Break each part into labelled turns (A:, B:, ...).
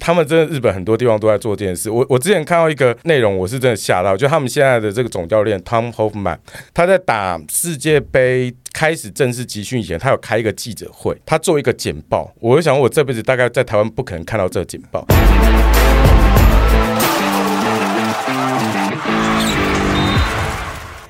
A: 他们真的日本很多地方都在做这件事。我我之前看到一个内容，我是真的吓到，就他们现在的这个总教练 Tom Hoffman，他在打世界杯开始正式集训以前，他有开一个记者会，他做一个简报。我就想，我这辈子大概在台湾不可能看到这个简报。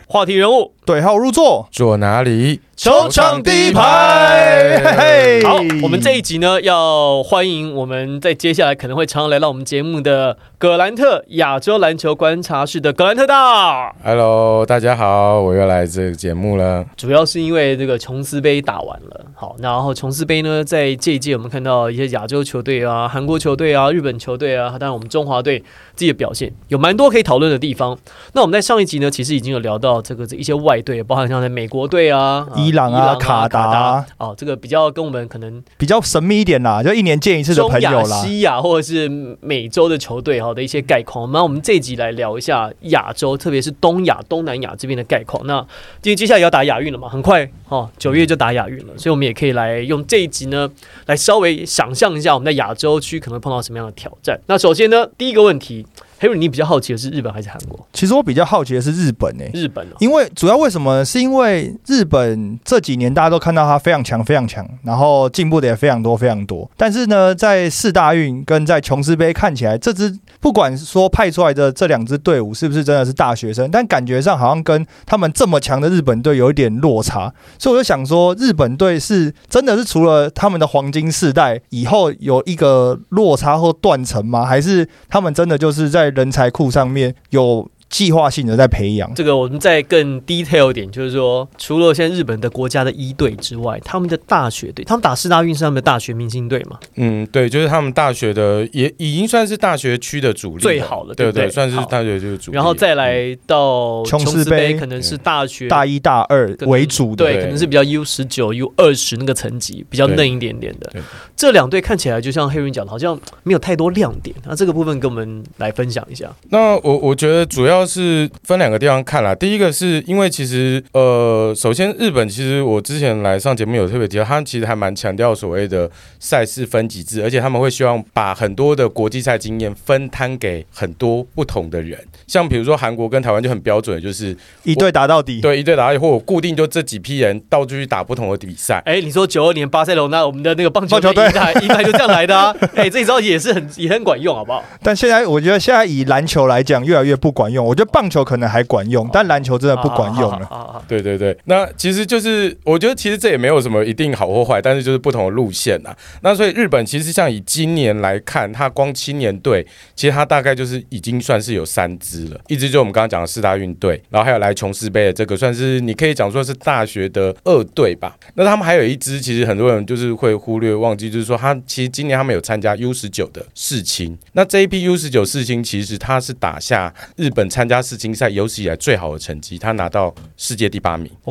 B: 话题人物，
C: 对号入座，
A: 坐哪里？
B: 球
A: 场第一
C: 排嘿嘿
B: 好，我们这一集呢，要欢迎我们在接下来可能会常来到我们节目的葛兰特亚洲篮球观察室的葛兰特大，
A: Hello，大家好，我又来这个节目了。
B: 主要是因为这个琼斯杯打完了，好，然后琼斯杯呢，在这一届我们看到一些亚洲球队啊、韩国球队啊、日本球队啊，当然我们中华队自己的表现，有蛮多可以讨论的地方。那我们在上一集呢，其实已经有聊到这个一些外队，啊包含像在美国队啊、啊
C: 伊朗啊卡达
B: 达哦，这个比较跟我们可能
C: 比较神秘一点啦，就一年见一次的
B: 中
C: 朋
B: 亚、
C: 友啦。
B: 西亚或者是美洲的球队哈的一些概况。那我们这一集来聊一下亚洲，特别是东亚、东南亚这边的概况。那因为接下来要打亚运了嘛，很快哦，九月就打亚运了，所以我们也可以来用这一集呢，来稍微想象一下我们在亚洲区可能碰到什么样的挑战。那首先呢，第一个问题。Henry，你比较好奇的是日本还是韩国？
C: 其实我比较好奇的是日本诶、欸
B: 日本哦，
C: 因为主要为什么？是因为日本这几年大家都看到它非常强、非常强，然后进步的也非常多、非常多。但是呢，在四大运跟在琼斯杯看起来，这支不管说派出来的这两支队伍是不是真的是大学生，但感觉上好像跟他们这么强的日本队有一点落差。所以我就想说，日本队是真的是除了他们的黄金世代以后有一个落差或断层吗？还是他们真的就是在人才库上面有计划性的在培养？
B: 这个我们再更 detail 一点，就是说，除了现在日本的国家的一队之外，他们的大学队，他们打四大运是他们的大学明星队嘛，
A: 嗯，对，就是他们大学的也已经算是大学区的主力了，
B: 最好的
A: 对
B: 对不对
A: 算是
B: 好
A: 大学区的主力。嗯
B: 然后再来到
C: 琼
B: 琼
C: 斯
B: 斯
C: 杯
B: 杯，可能是大学
C: 大一、大二
B: 可能
C: 为主的，
B: 对，
A: 对
B: 可能是比较 U 十九、U 二十那个层级比较
A: 对
B: 嫩一点点的
A: 对。
B: 这两队看起来就像黑人讲的，好像没有太多亮点。那这个部分跟我们来分享一下。
A: 那我我觉得主要是分两个地方看啦。第一个是因为其实呃，首先日本其实我之前来上节目有特别提到，他们其实还蛮强调所谓的赛事分级制，而且他们会希望把很多的国际赛经验分摊给很多不同的人。像比如说韩国跟台湾就很标准，就是
C: 一队打到底。
A: 对一对打一，或我固定就这几批人到处去打不同的比赛。
B: 哎，你说九二年巴塞罗那，我们的那个棒球
C: 棒 球
B: 队一来一来就这样来的 啊！哎，这一招也是很也很管用，好不好？
C: 但现在我觉得现在以篮球来讲，越来越不管用。我觉得棒球可能还管用，但篮球真的不管用啊了。
B: 啊好。好好好好好
A: 对对对，那其实就是我觉得其实这也没有什么一定好或坏，但是就是不同的路线啊。那所以日本其实像以今年来看，它光青年队其实它大概就是已经算是有三支了，一支就我们刚刚讲的四大运队，然后还有来琼斯杯的这个算是你可以讲说是大学的二队吧。那他们还有一支，其实很多人就是会忽略忘记，就是说他其实今年他们有参加 U 十九的世青，那这一批 U 十九世青其实他是打下日本参加世青赛有史以来最好的成绩，他拿到世界第八名。世界第
B: 哦，很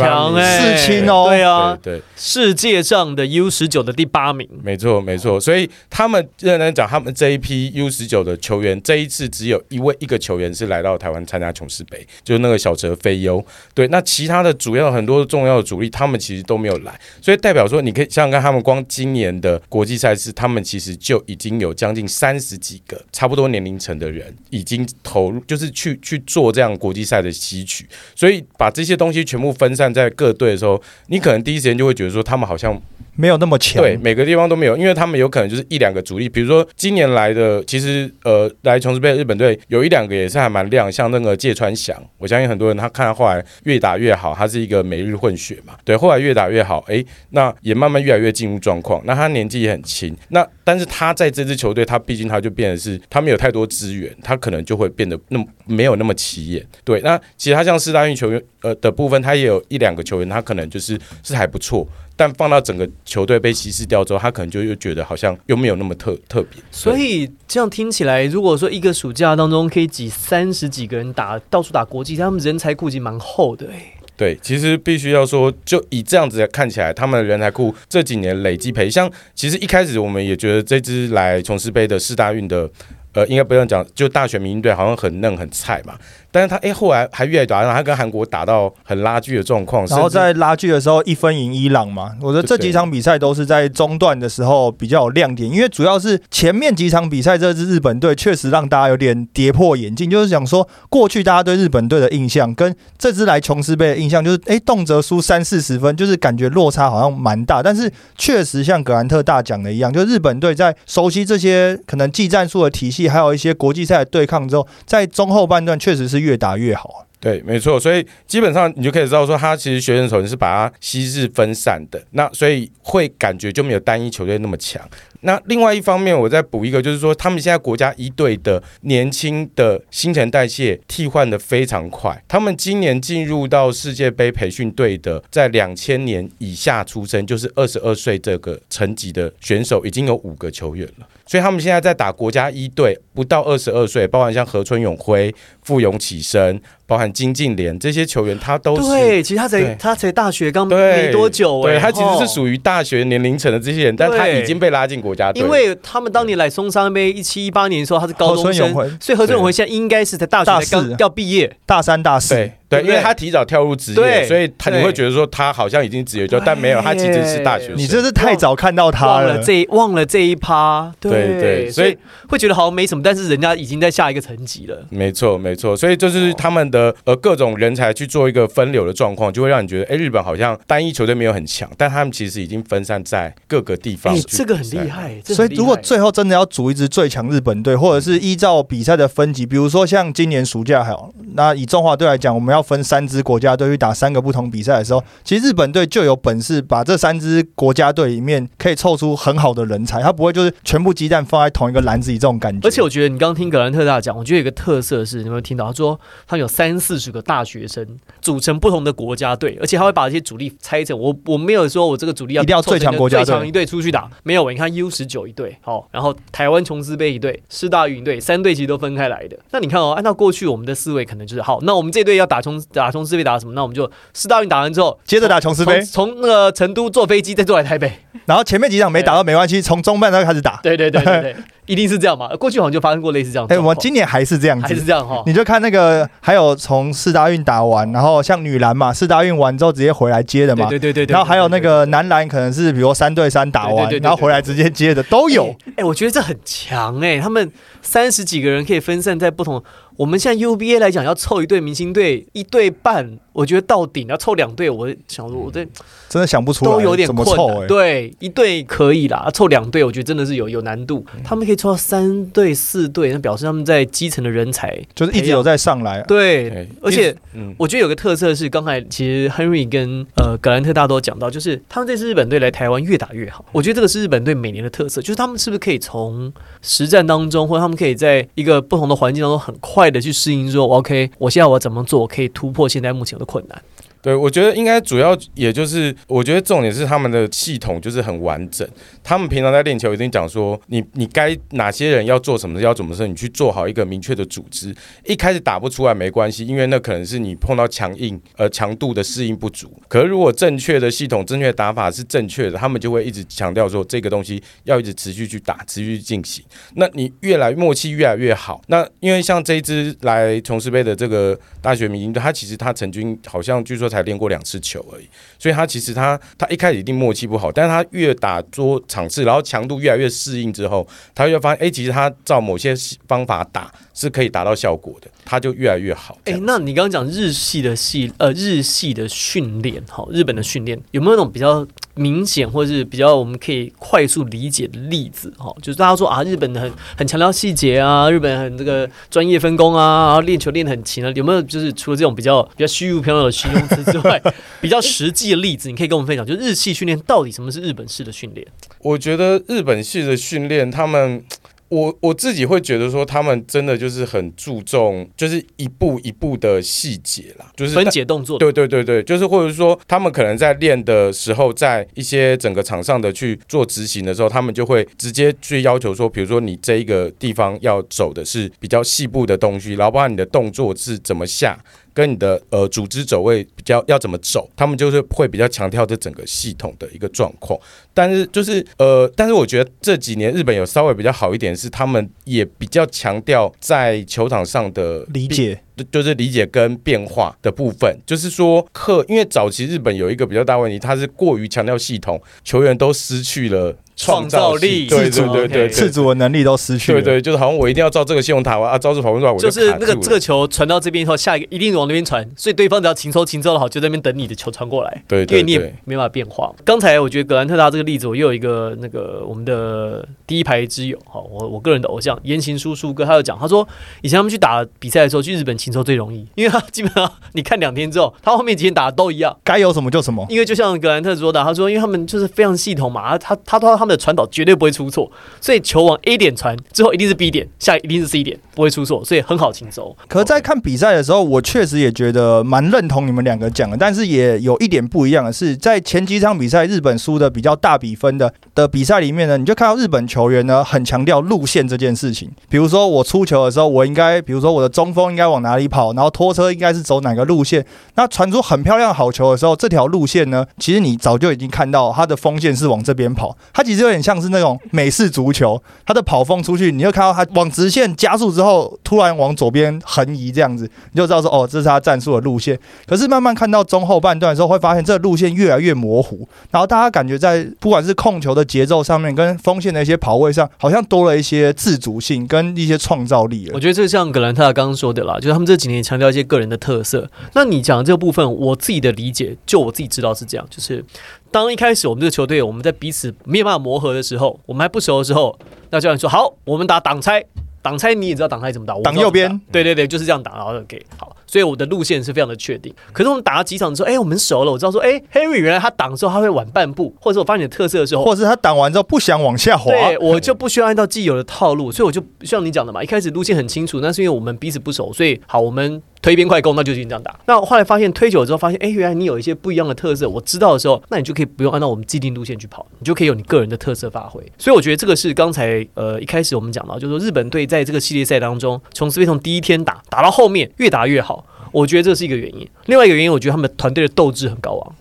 A: 八
B: 强
A: 名
B: 哎，
C: 世青哦
B: 对啊，
A: 对对，
B: 世界上的 U 十九的第八名，
A: 没错没错。所以他们认真讲，他们这一批 U 十九的球员，这一次只有一位一个球员是来到台湾参加琼斯杯，就是那个小泽飞优。对，那其他的主要很多重要的主力，他们其实都没有来，所以代表说，你可以想想看，他们光今年的国际赛事，他们其实就已经有将近三十几个差不多年龄层的人已经投入，就是去去做这样国际赛的吸取。所以把这些东西全部分散在各队的时候，你可能第一时间就会觉得说，他们好像
C: 没有那么强。
A: 对，每个地方都没有，因为他们有可能就是一两个主力，比如说今年来的，其实呃来琼斯杯的日本队有一两个也是还蛮亮，像那个芥川翔，我相信很多人他看他后来越打越好，他是一个美日混血嘛，对，后来越打越好，诶，那也慢慢越来越进入状况。那他年纪也很轻，那但是他在这支球队，他毕竟他就变得是他没有太多资源，他可能就会变得那么没有那么起眼。对，那其他像四大运球员呃的部分，他也有一两个球员，他可能就是是还不错，但放到整个球队被稀释掉之后，他可能就又觉得好像又没有那么特特别。
B: 所以这样听起来，如果说一个暑假当中可以挤三十几个人打到处打国际，他们人才库已经蛮厚的哎、
A: 对，其实必须要说，就以这样子看起来，他们的人才库这几年累积培，像其实一开始我们也觉得这支来琼斯杯的四大运的，呃，应该不用讲，就大学民运队好像很嫩很菜嘛。但是他哎、后来还越来越打，然后他跟韩国打到很拉锯的状况，
C: 然后
A: 哦甚至
C: 在拉锯的时候一分赢伊朗嘛，我觉得这
A: 对
C: 几场比赛都是在中段的时候比较有亮点，因为主要是前面几场比赛这支日本队确实让大家有点跌破眼镜，就是想说过去大家对日本队的印象跟这支来琼斯杯的印象就是，哎，动辄输三四十分，就是感觉落差好像蛮大，但是确实像格兰特大讲的一样，就日本队在熟悉这些可能技战术的体系，还有一些国际赛的对抗之后，在中后半段确实是越打越好。
A: 对，没错，所以基本上你就可以知道说，他其实学生首轮是把它昔日分散的，那所以会感觉就没有单一球队那么强。那另外一方面，我再补一个，就是说他们现在国家一队的年轻的新陈代谢替换的非常快，他们今年进入到世界杯培训队的，在两千年以下出生，就是二十二岁这个层级的选手，已经有五个球员了。所以他们现在在打国家一队，不到二十二岁，包含像何春永辉、傅永启生，包含金靖莲这些球员，他都是
B: 对，其实他才
A: 对
B: 他才大学刚
A: 对
B: 没多久哎、
A: 对他其实是
B: 于。
A: 属于大学年龄层的这些人，但他已经被拉进国家队了，
B: 因为他们当年来松山杯一七一八年的时候，他是高中
C: 何春
B: 生
C: 永辉，
B: 所以何春永辉现在应该是才大学
C: 大
B: 才刚
C: 四
B: 要毕业，
C: 大三大四，
A: 对对，
B: 对不
A: 因为
B: 对
A: 他提早跳入职业，
B: 对
A: 所以他
B: 对
A: 你会觉得说他好像已经职业球，
B: 对哎
A: 但没有，他其实是大学生。
C: 你这是太早看到他
B: 忘
C: 了
B: 了。这一忘了这一趴，
A: 对对
B: 所
A: 所以
B: 以会觉得好像没什么，但是人家已经在下一个层级了。
A: 没错，没错，所以就是他们的呃各种人才去做一个分流的状况，就会让你觉得，哎，日本好像单一球队没有很强，但他们其实已经分散在各个地方
B: 哎，
A: 去比赛。
B: 这个很厉害，这
C: 所
B: 很厉害
C: 以，如果最后真的要组一支最强日本队，或者是依照比赛的分级，比如说像今年暑假还有，那以中华队来讲，我们要分三支国家队去打三个不同比赛的时候，其实日本队就有本事把这三支国家队里面可以凑出很好的人才，他不会就是全部鸡蛋放在同一个篮子里这种感觉。
B: 而且我觉得你刚刚听格兰特大讲，我觉得有一个特色是，你有没有听到？他说他们有三四十个大学生组成不同的国家队，而且他会把这些主力拆成。我我没有说我这个主力要
C: 一定要最强国家队
B: 凑成一个最强一队出去打，没有。你看 U 十九一队，好，然后台湾琼斯杯一队，师大运一队，三队其实都分开来的。那你看哦，按照过去我们的思维，可能就是好，那我们这队要打琼打琼斯杯打什么？那我们就师大运打完之后，
C: 接着打琼斯杯，
B: 从从那个成都坐飞机再坐来台北。
C: 然后前面几场没打到没关系，从中半段开始打。
B: 对对对对 对，一定是这样嘛。过去好像就发生过类似这样的
C: 哎，
B: 状
C: 我
B: 况。
C: 们今年还是这样
B: 还是
C: 子。
B: 这样哈。
C: 你就看那个，还有从四大运打完，然后像女篮嘛，四大运完之后直接回来接的嘛，
B: 对对对对对。
C: 然后还有那个男篮，可能是比如三对三打
B: 对对
C: 完
B: 对对，对
C: 然后回来直接接的都
B: 对对
C: 有。
B: 哎、哎我觉得这很强哎、他们三十几个人可以分散在不同。我们现在 UBA 来讲，要凑一队明星队一队半，我觉得到顶要凑两队，我想说我这
C: 真的想不出来，
B: 都有点
C: 怎么
B: 困
C: 凑
B: 难。
C: 哎。
B: 对，一队可以啦，啊凑两队我觉得真的是有有难度。他们可以凑到三队四队，那表示他们在基层的人才。
C: 就是一直有在上来。
B: 嗯对
A: 对，
B: 而且。
A: 嗯，
B: 我觉得有个特色是，刚才其实 Henry 跟呃格兰特大都讲到，就是他们这次日本队来台湾越打越好。我觉得这个是日本队每年的特色，就是他们是不是可以从实战当中，或者他们可以在一个不同的环境当中，很快的去适应说，OK，我现在我要怎么做，我可以突破现在目前的困难。
A: 对，我觉得应该主要也就是，我觉得重点是他们的系统就是很完整。他们平常在练球一定讲说，你你该哪些人要做什么事，要怎么事，你去做好一个明确的组织。一开始打不出来没关系，因为那可能是你碰到强硬呃强度的适应不足。可是如果正确的系统、正确的打法是正确的，他们就会一直强调说这个东西要一直持续去打、持续去进行。那你越来默契越来越好。那因为像这一支来琼斯杯的这个大学明星队，他其实他曾经好像据说才练过两次球而已，所以他其实他他一开始一定默契不好，但是他越打多场次，然后强度越来越适应之后，他就发现，哎、其实他照某些方法打是可以达到效果的，他就越来越好。
B: 哎、那你刚刚讲日系的系呃日系的训练，好，日本的训练有没有那种比较明显或是比较我们可以快速理解的例子？哈，就是大家说啊，日本很很强调细节啊，日本很这个专业分工啊，然后练球练得很勤啊，有没有就是除了这种比较比较虚无缥缈的形容词之外，比较实际的例子，你可以跟我们分享，就日系训练到底什么是日本式的训练？
A: 我觉得日本系的训练，他们。我我自己会觉得说，他们真的就是很注重，就是一步一步的细节啦，就是
B: 分解动作
A: 对对对对，就是或者说他们可能在练的时候，在一些整个场上的去做执行的时候，他们就会直接去要求说，比如说你这一个地方要走的是比较细部的东西，然后包括你的动作是怎么下。跟你的呃组织走位比较要怎么走，他们就是会比较强调这整个系统的一个状况。但是就是呃，但是我觉得这几年日本有稍微比较好一点，是他们也比较强调在球场上的
C: 理解。
A: 就就是理解跟变化的部分，就是说课，因为早期日本有一个比较大问题，它是过于强调系统，球员都失去了
B: 创
A: 造
B: 造力
A: 对
B: 自
A: 对
B: 主
A: 对对，对
B: OK
C: 自主的能力都失去了。
A: 对对，就是好像我一定要照这个系统打完啊，照这跑分出来我
B: 就是
A: 卡
B: 那个
A: 住了
B: 这个球传到这边以后，下一个一定往那边传，所以对方只要擒抽擒抽的好，就在那边等你的球传过来，
A: 对
B: 因为
A: 对
B: 你
A: 对
B: 也没办法变化。刚才我觉得格兰特达这个例子，我又有一个那个我们的第一排之友，哈，我我个人的偶像言行叔叔哥，他有讲，他说以前他们去打比赛的时候，去日本擒抽最容易，因为他基本上你看两天之后，他后面几天打的都一样。
C: 该有什么就什么。
B: 因为就像格兰特说的，他说，因为他们就是非常系统嘛，他他他他们的传导绝对不会出错，所以球往 A 点传之后一定是 B 点，下一个一定是 C 点，不会出错，所以很好擒收。
C: 可在看比赛的时候，我确实也觉得蛮认同你们两个讲的，但是也有一点不一样的是，在前几场比赛日本输的比较大比分的的比赛里面呢，你就看到日本球员呢很强调路线这件事情。比如说我出球的时候，我应该，比如说我的中锋应该往哪里跑，然后拖车应该是走哪个路线。那传出很漂亮的好球的时候，这条路线呢，其实你早就已经看到它的锋线是往这边跑，它其实有点像是那种美式足球，他的跑风出去，你就看到他往直线加速之后，突然往左边横移这样子，你就知道说哦，这是他战术的路线。可是慢慢看到中后半段的时候，会发现这个路线越来越模糊，然后大家感觉在不管是控球的节奏上面，跟锋线的一些跑位上，好像多了一些自主性跟一些创造力了
B: 我。觉得这像格兰特刚刚说的啦，就是他们这几年也强调一些个人的特色。那你讲的这个部分，我自己的理解，就我自己知道是这样，就是当一开始我们这个球队我们在彼此没有办法磨合的时候，我们还不熟的时候，那教练说好，我们打挡拆。挡拆你也知道挡拆怎么打，我不知道
C: 挡右边
B: 怎么打，对对对，就是这样打，然后给好，所以我的路线是非常的确定。可是我们打了几场之后，哎、我们熟了，我知道说，哎、h e n r y 原来他挡的时候他会晚半步，或者是我发现你的特色的时候，
C: 或者是他挡完之后不想往下滑，
B: 对我就不需要按照既有的套路，所以我就像你讲的嘛，一开始路线很清楚，那是因为我们彼此不熟，所以好，我们推一边快攻，那就先这样打。那我后来发现推久了之后，发现哎，诶原来你有一些不一样的特色，我知道的时候，那你就可以不用按照我们既定路线去跑，你就可以有你个人的特色发挥。所以我觉得这个是刚才呃一开始我们讲到，就是说日本队在这个系列赛当中，从斯贝从第一天打打到后面越打越好。我觉得这是一个原因，另外一个原因，我觉得他们团队的斗志很高昂。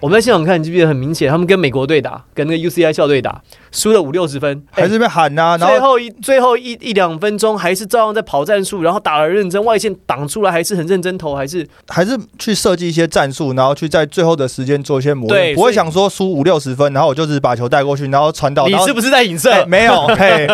B: 我们在现场看，你记不记得很明显，他们跟美国队打，跟那个 UCI 校队打，输了五六十分，
C: 还是被喊呐、啊，
B: 哎
C: 然
B: 最
C: 后
B: 后一最后一一两分钟还是照样在跑战术，然后打了认真，外线挡出来还是很认真投，还是
C: 还是去设计一些战术，然后去在最后的时间做一些磨
B: 对
C: 练，不会
B: 所以
C: 想说输五六十分，然后我就只是把球带过去，然后传导，
B: 你
C: 然后
B: 是不是在影射？
C: 哎 没有，嘿，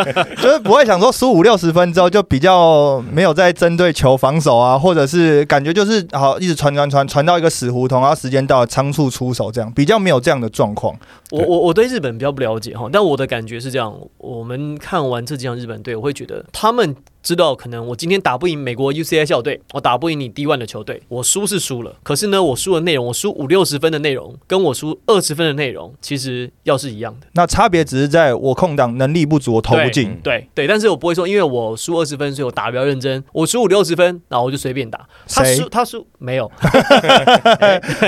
C: 就是不会想说输五六十分之后就比较没有在针对球防守啊，或者是感觉就是好一直传传传传到一个死胡同，然后时间到了仓促出手这样，比较没有这样的状况。
B: 我我我对日本比较不了解哈，但我的感觉是这样：我们看完这几场日本队，我会觉得他们知道，可能我今天打不赢美国 UCI 校队，我打不赢你 D1 的球队，我输是输了，可是呢，我输的内容，我输五六十分的内容，跟我输二十分的内容，其实要是一样的。
C: 那差别只是在我空档能力不足，我投不进。
B: 对对，但是我不会说，因为我输二十分，所以我打得比较认真。我输五六十分，然后我就随便打。他
C: 谁
B: 输他输没有，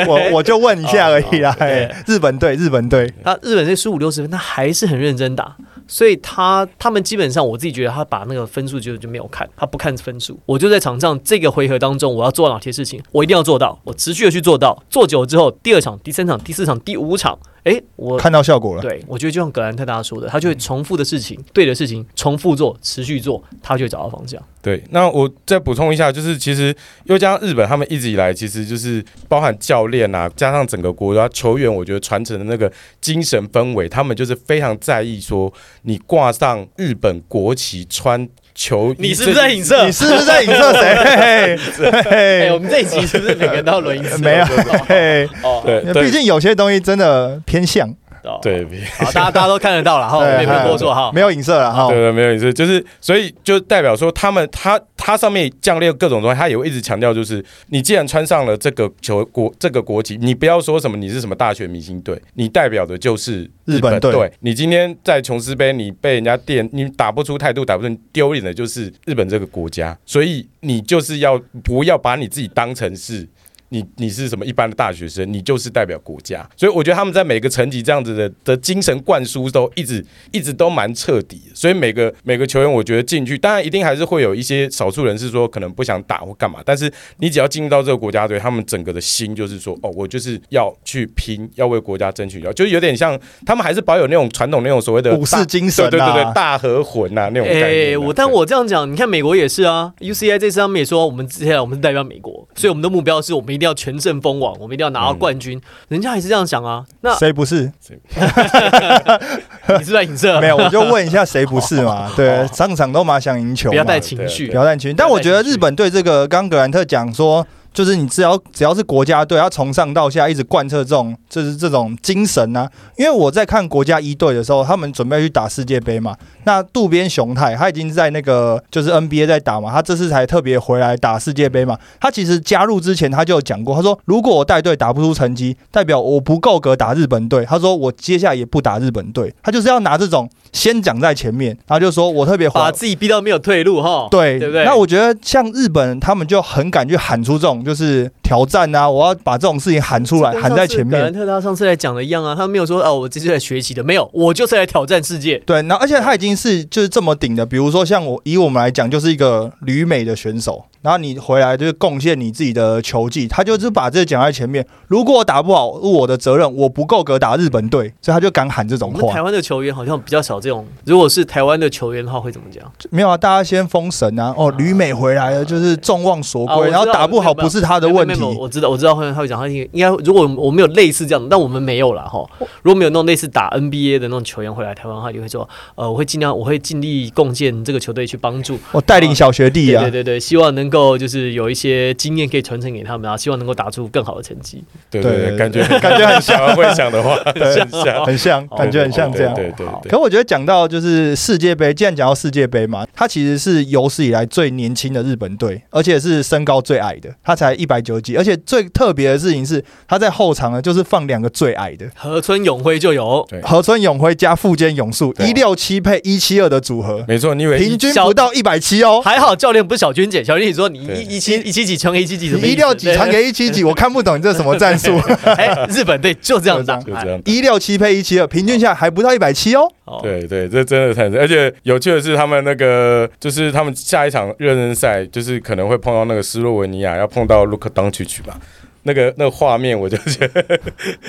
C: 我我就问一下而已啦
B: 哦哦。对
C: 嘿日本队，日本队，
B: 他日本队输五六十分，他还是很认真打。所以他他们基本上，我自己觉得他把那个分数就就没有看，他不看分数，我就在场上这个回合当中，我要做哪些事情，我一定要做到，我持续的去做到，做久了之后，第二场、第三场、第四场、第五场，诶，我
C: 看到效果了。
B: 对，我觉得就像格兰特大家说的，他就会重复的事情，对的事情重复做，持续做，他就会找到方向。
A: 对，那我再补充一下，就是其实又加上日本他们一直以来其实就是包含教练啊，加上整个国家球员，我觉得传承的那个精神氛围，他们就是非常在意说你挂上日本国旗穿球衣，这
B: 影射
C: 你是不是在影射谁？嘿嘿
B: 哎、我
C: 嘿
B: 们这一集是不 是每个人都要轮一次？啊
C: 没有
B: 我不知道
C: 嘿，
B: 哦，
A: 对对
C: 毕竟有些东西真的偏向，
B: 哦，
A: 对。
B: 好，大家大家都看得到了 哈，我们也不用多说哈。
C: 没有影射了哈。
A: 对对，没有意思，就是所以就代表说他们他他上面降列各种东西，他也会一直强调，就是你既然穿上了这个球国这个国旗，你不要说什么你是什么大学明星队，你代表的就是
C: 日本队
A: 队。你今天在琼斯杯，你被人家电，你打不出态度，打不出你丢脸的就是日本这个国家，所以你就是要不要把你自己当成是。你你是什么一般的大学生，你就是代表国家。所以我觉得他们在每个层级这样子的的精神灌输都一直一直都蛮彻底的。所以每个每个球员，我觉得进去，当然一定还是会有一些少数人是说可能不想打或干嘛，但是你只要进入到这个国家队，他们整个的心就是说，哦，我就是要去拼，要为国家争取，要就是有点像他们还是保有那种传统那种所谓的
C: 武
A: 大
C: 士精神、啊，
A: 对对对对，大和魂呐、那种概念啊。
B: 哎，我但
A: 对
B: 我这样讲，你看美国也是啊，UCI 这次他们也说，我们接下来我们是代表美国，所以我们的目标是我们一定要全胜封王，我们一定要拿
C: 嗯
B: 到冠军。人家也是这样想啊， 那
C: 谁不是？
B: 你是在影射？
C: 没有，我就问一下谁不是嘛？对，上场都蛮想赢球嘛，
B: 不要带情绪
C: 不。要带情绪。但我觉得日本对这个刚格兰特讲说，就是你只要只要是国家队，要从上到下一直贯彻这种就是这种精神啊。因为我在看国家一队的时候，他们准备去打世界杯嘛。那渡边雄太他已经在那个就是 NBA 在打嘛，他这次才特别回来打世界杯嘛。他其实加入之前他就有讲过，他说如果我带队打不出成绩，代表我不够格打日本队。他说我接下来也不打日本队，他就是要拿这种先讲在前面，然后就说我特别怀
B: 把自己逼到没有退路哈，
C: 对，
B: 对不对？
C: 那我觉得像日本，他们就很敢去喊出这种就是挑战啊，我要把这种事情喊出来，
B: 跟
C: 喊在前
B: 格
C: 面
B: 兰。特他上次来讲的一样啊，他没有说哦，我这是来学习的，没有，我就是来挑战世界。
C: 对，然后而且他已经是就是这么顶的，比如说像我以我们来讲，就是一个旅美的选手，然后你回来就是贡献你自己的球技，他就是把这讲在前面。如果我打不好，我的责任，我不够格打日本队，所以他就敢喊这
B: 我
C: 种
B: 们台
C: 话。
B: 湾的球员好像比较少这种，如果是台湾的球员的话，会怎么讲？
C: 没有啊，大家先封神啊！哦，旅美回来了，就是众望所
B: 啊我
C: 归，
B: 知道
C: 然后打不好不是他的问
B: 没有没
C: 题
B: 有。没有我知道，我知道，会他会讲，他应该应该，如果我们有类似这样的，但我们没有啦。哈。
C: 嗯
B: 如果没有那种类似打 NBA 的那种球员回来台湾的话，你会说，呃，我会尽量，我会尽力贡献这个球队去帮助。
C: 我带领小学弟
B: 对
C: 啊
B: 对，对对，希望能够就是有一些经验可以传承给他们啊，希望能够打出更好的成绩。
A: 对
C: 对
A: 对
C: 对
A: 对，感觉
C: 感觉很
A: 像 台湾会讲的话，很像。
C: 很像，感觉很像这样。
A: 哦对对对对
C: 可我觉得讲到就是世界杯，既然讲到世界杯嘛，他其实是有史以来最年轻的日本队，而且是身高最矮的，他才一百九几。而且最特别的事情是，他在后场呢就是放两个最矮的，
B: 河村永辉就有
A: 对
C: 河村永辉加富坚勇树，
A: 对
C: 一六七配一七二的组合，
A: 没错，你以为
C: 平均不到一百七哦。
B: 还好教练不是小娟姐，小娟姐说你
A: 对
B: 一一七一七几传给一七几，
C: 你一六几传给一 七几，我看不懂你这什么战术。
B: 对？哎，日本队就这样打，
A: 就这样
C: 一六七配一七二，平均下来还不到一百七哦。
B: 哦，
A: 对对，这真的很，而且有趣的是，他们那个就是他们下一场热身赛，就是可能会碰到那个斯洛文尼亚，要碰到卢克当曲曲吧。那个那个画面，我就觉得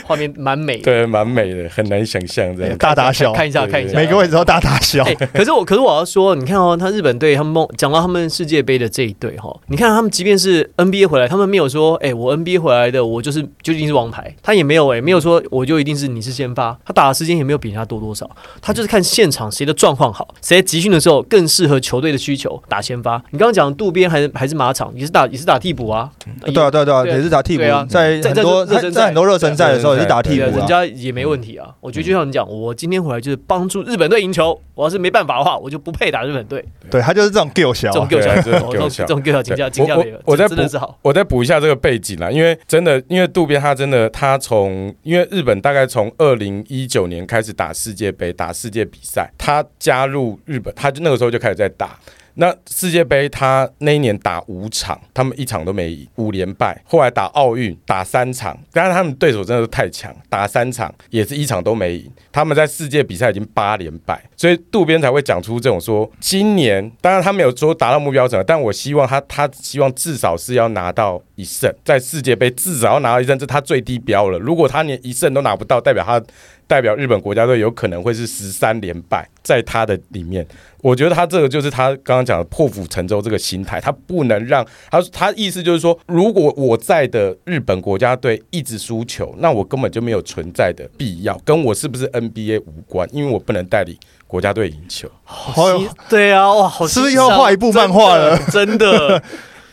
B: 画面蛮美的。
A: 对蛮美的，很难想象这样。
B: 哎
C: 大打小，
B: 看一下，
A: 对
B: 看一
A: 对
B: 下，
C: 每个位置哦都大打小
B: 哎、。可是我，可是我要说，你看哦，他日本队，他们梦讲到他们世界杯的这一队哈、你看他们即便是 NBA 回来，他们没有说，哎、我 NBA 回来的，我就是就一定是王牌，他也没有哎、没有说我就一定是你是先发，他打的时间也没有比人家多多少，他就是看现场谁的状况好，谁在集训的时候更适合球队的需求打先发。你刚刚讲渡边还是还是马场，也是打也是打替补啊，
C: 对啊，对啊，对啊，
B: 对啊
C: 也是打替补
B: 对啊，
C: 在
B: 在
C: 很多
B: 在热
C: 在
B: 身赛
C: 在很多热身赛的时候也是打替
B: 对啊，
C: 补
B: 人
C: 啊。
B: 家也没问题啊。我觉得就像你讲，我今天回来就是帮助日本队赢球。我要是没办法的话，我就不配打日本队。
C: 对他就是这种 g 小
B: 这种
C: 啊，
B: 给我小，
A: 对
B: 这
A: 这
B: 种
A: 种
B: 给
A: 给
B: 我
A: 我
B: 小，
A: 小
B: 这种给我请教
A: 对
B: 请教
A: 我
B: 没有
A: 我我
B: 这
A: 在
B: 真的
A: 补
B: 是好。
A: 我再补一下这个背景啦，因为真的，因为渡边他真的，他从因为日本大概从二零一九年开始打世界杯、打世界比赛，他加入日本，他就那个时候就开始在打。那世界杯他那一年打五场，他们一场都没赢，五连败。后来打奥运打三场，但是他们对手真的是太强，打三场也是一场都没赢。他们在世界比赛已经八连败，所以渡边才会讲出这种说，今年当然他没有说达到目标什么，但我希望他他希望至少是要拿到一胜，在世界杯至少要拿到一胜，这是他最低标了。如果他连一胜都拿不到，代表他代表日本国家队有可能会是十三连败，在他的里面，我觉得他这个就是他刚刚讲的破釜沉舟这个心态，他不能让他他意思就是说，如果我在的日本国家队一直输球，那我根本就没有存在的必要，跟我是不是 NBA 无关，因为我不能带领国家队赢球。
C: 好有
B: 对啊，哇，好
C: 是不是
B: 欣赏
C: 又要画一部漫画了？
B: 真的，真的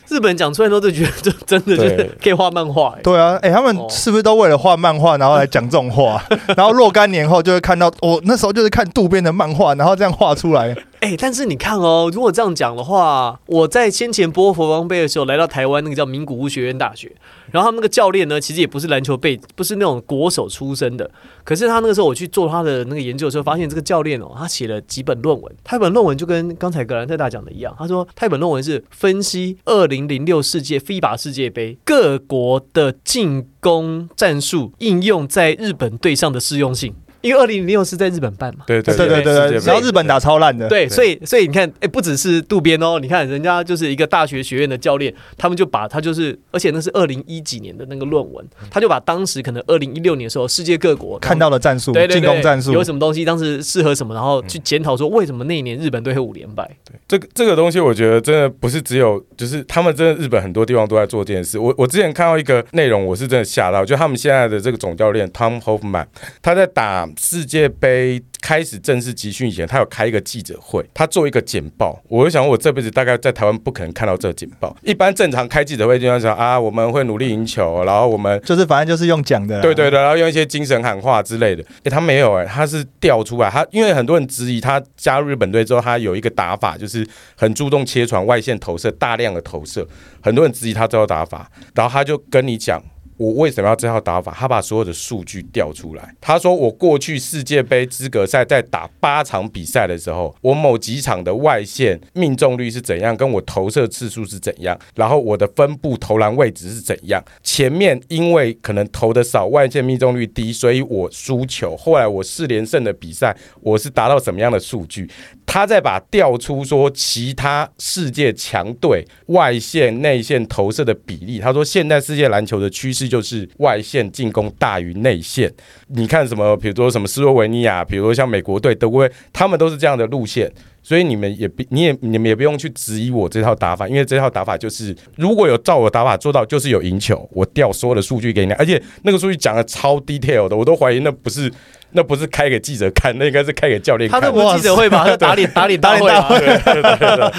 B: 日本讲出来都就觉得这真的就是
A: 对
B: 可以画漫画、欸。
C: 对啊，哎，他们是不是都为了画漫画，然后来讲 这哦种话？然后若干年后就会看到，我那时候就是看渡边的漫画，然后这样画出来。
B: 哎、但是你看哦，如果这样讲的话，我在先前播佛光杯的时候，来到台湾那个叫名古屋学院大学，然后他们那个教练呢，其实也不是篮球背，不是那种国手出身的，可是他那个时候我去做他的那个研究的时候，发现这个教练哦，他写了几本论文，他一本论文就跟刚才格兰特大讲的一样，他说他一本论文是分析二零零六世界 FIBA 世界杯各国的进攻战术应用在日本队上的适用性，因为二零零六是在日本办嘛。
A: 对对
C: 对对对对，
A: 世界杯
C: 然后日本打超烂 的，，
B: 对，
A: 对
B: 所以所以你看，哎、不只是渡边哦，你看人家就是一个大学学院的教练，他们就把他就是，而且那是二零一几年的那个论文，他就把当时可能二零一六年的时候，世界各国
C: 嗯看到了战术
B: 对，对
C: 进
B: 对
C: 攻战术嗯
B: 有，什么东西当时适合什么，然后去检讨说为什么那一年日本队会五连败。
A: 这个这个东西，我觉得真的不是只有，就是他们真的日本很多地方都在做这件事。我我之前看到一个内容，我是真的吓到，就他们现在的这个总教练 Tom Hoffman，他在打世界杯开始正式集训以前，他有开一个记者会，他做一个简报。我就想，我这辈子大概在台湾不可能看到这个简报。一般正常开记者会就要想啊，我们会努力赢球，然后我们
C: 就是反正就是用讲的啦，啊
A: 对对对，然后用一些精神喊话之类的。诶，他没有诶，他是调出来。他因为很多人质疑他加入日本队之后，他有一个打法就是很注重切传、外线投射、大量的投射。很多人质疑他这套打法，然后他就跟你讲。我为什么要这套打法？他把所有的数据调出来。他说，我过去世界杯资格赛在打八场比赛的时候，我某几场的外线命中率是怎样，跟我投射次数是怎样，然后我的分布投篮位置是怎样。前面因为可能投的少，外线命中率低，所以我输球。后来我四连胜的比赛，我是达到什么样的数据？他再把调出说其他世界强队外线、内线投射的比例，他说现在世界篮球的趋势就是外线进攻大于内线。你看什么，比如说什么斯洛维尼亚，比如说像美国队、德国队，他们都是这样的路线。所以你们也不，你也你们也不用去质疑我这套打法，因为这套打法就是如果有照我打法做到，就是有赢球。我调所有的数据给你，而且那个数据讲的超 detail 的，我都怀疑那不是那不是开给记者看，那应该是开给教练
B: 他
A: 看。
B: 那不是记者会吧？他打 脸打脸
C: 打脸
B: 大
C: 大
B: 会啊。
A: 对对对对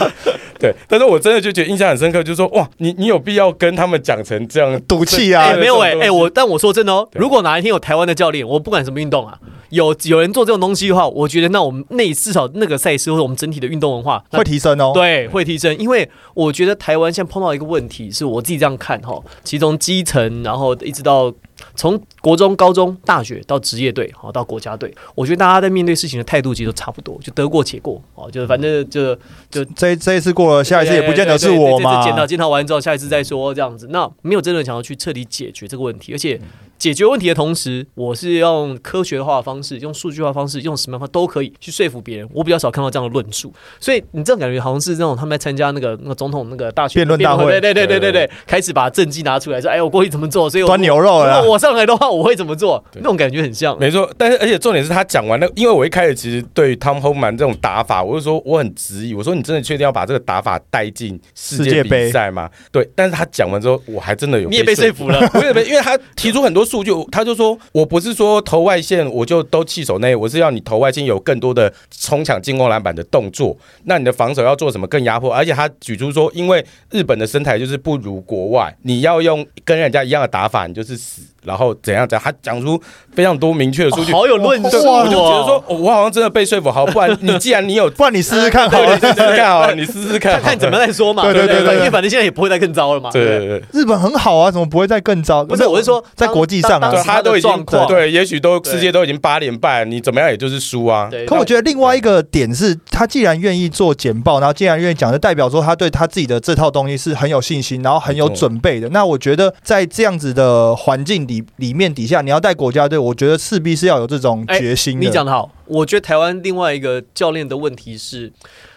A: 对，但是我真的就觉得印象很深刻，就是说哇，你你有必要跟他们讲成这样
C: 赌气啊
B: 哎、
A: 对对
B: 没有
A: 这
B: 哎、
A: 种
B: 哎、我但我说真的哦，
A: 对
B: 如果哪一天有台湾的教练，我不管什么运动啊，有有人做这种东西的话，我觉得那我们那至少那个赛事或者我们整体的运动文化，那
C: 会提升哦，
B: 对，会提升，因为我觉得台湾现在碰到一个问题，是我自己这样看哈，其中基层，然后一直到从国中、高中、大学到职业队，好到国家队，我觉得大家在面对事情的态度其实都差不多，就得过且过，哦，就是反正就
C: 这这一次过了，下一次也不见得是我
B: 对对对对这次
C: 嘛，
B: 检讨检讨完之后，下一次再说这样子。那没有真的想要去彻底解决这个问题，而且解决问题的同时，我是用科学化的方式、用数据化的方式、用什么方法都可以去说服别人。我比较少看到这样的论述，所以你这种感觉好像是那种他们在参加那个那个总统那个大选
C: 辩论大会
B: 对对对对对
A: 对
B: 对，开始把政绩拿出来说，哎，我过去怎么做，所以我
C: 端牛肉
B: 如
C: 啊了
B: 果
C: 啦，
B: 我上来的话，我会怎么做？
A: 对
B: 那种感觉很像。
A: 没错，但是而且重点是他讲完那，因为我一开始其实对于 Tom Homan 这种打法，我就说我很质疑，我说你真的确定要把这个打法带进世
C: 世界
A: 界
C: 杯
A: 比赛吗？对，但是他讲完之后，我还真的有
B: 你也被说
A: 说
B: 服了，
A: 不是不是，因为他提出很多数据，他就说我不是说投外线我就都弃守内，我是要你投外线有更多的冲抢进攻篮板的动作，那你的防守要做什么更压迫？而且他举出说，因为日本的身材就是不如国外，你要用跟人家一样的打法，你就是死，然后怎样怎样，他讲出非常多明确的数据。
B: 好有论述
A: 对，
B: 哦，
A: 我就觉得说，哦我好像真的被说服。好，不然你既然你有，
C: 不然你试试看好
A: 对
C: 了
A: 你。试试看好了，你试试看好
B: 看
A: 了，
B: 看怎么再说嘛，
C: 对
B: 对
C: 对
B: 不
C: 对对对
B: 因为反正现在也不会再更糟了嘛。
A: 对
B: 不
A: 对对。
C: 日本很好啊，怎么不会再更糟？
B: 不是，我是说
C: 在
B: 当
C: 国际上
B: 当当
C: 啊
A: 对，
B: 时他
A: 他
B: 的
A: 都已
B: 状
A: 经
B: 况，
A: 对，也许都世
B: 对
A: 界都已经八连败，你怎么样也就是输啊。
B: 对。
C: 可我觉得另外一个点是，他既然愿意做简报，然后既然愿意讲，就代表说他对他自己的这套东西是很有信心，然后很有准备的。那我觉得在这样子的环境里里面底下，你要带国家队，我觉得势必是要有这种决心的。
B: 哎你讲的好，我觉得台湾另外一个教练的问题是，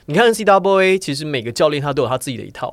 B: 你看 CWA，其实每个教练他都有他自己的一套，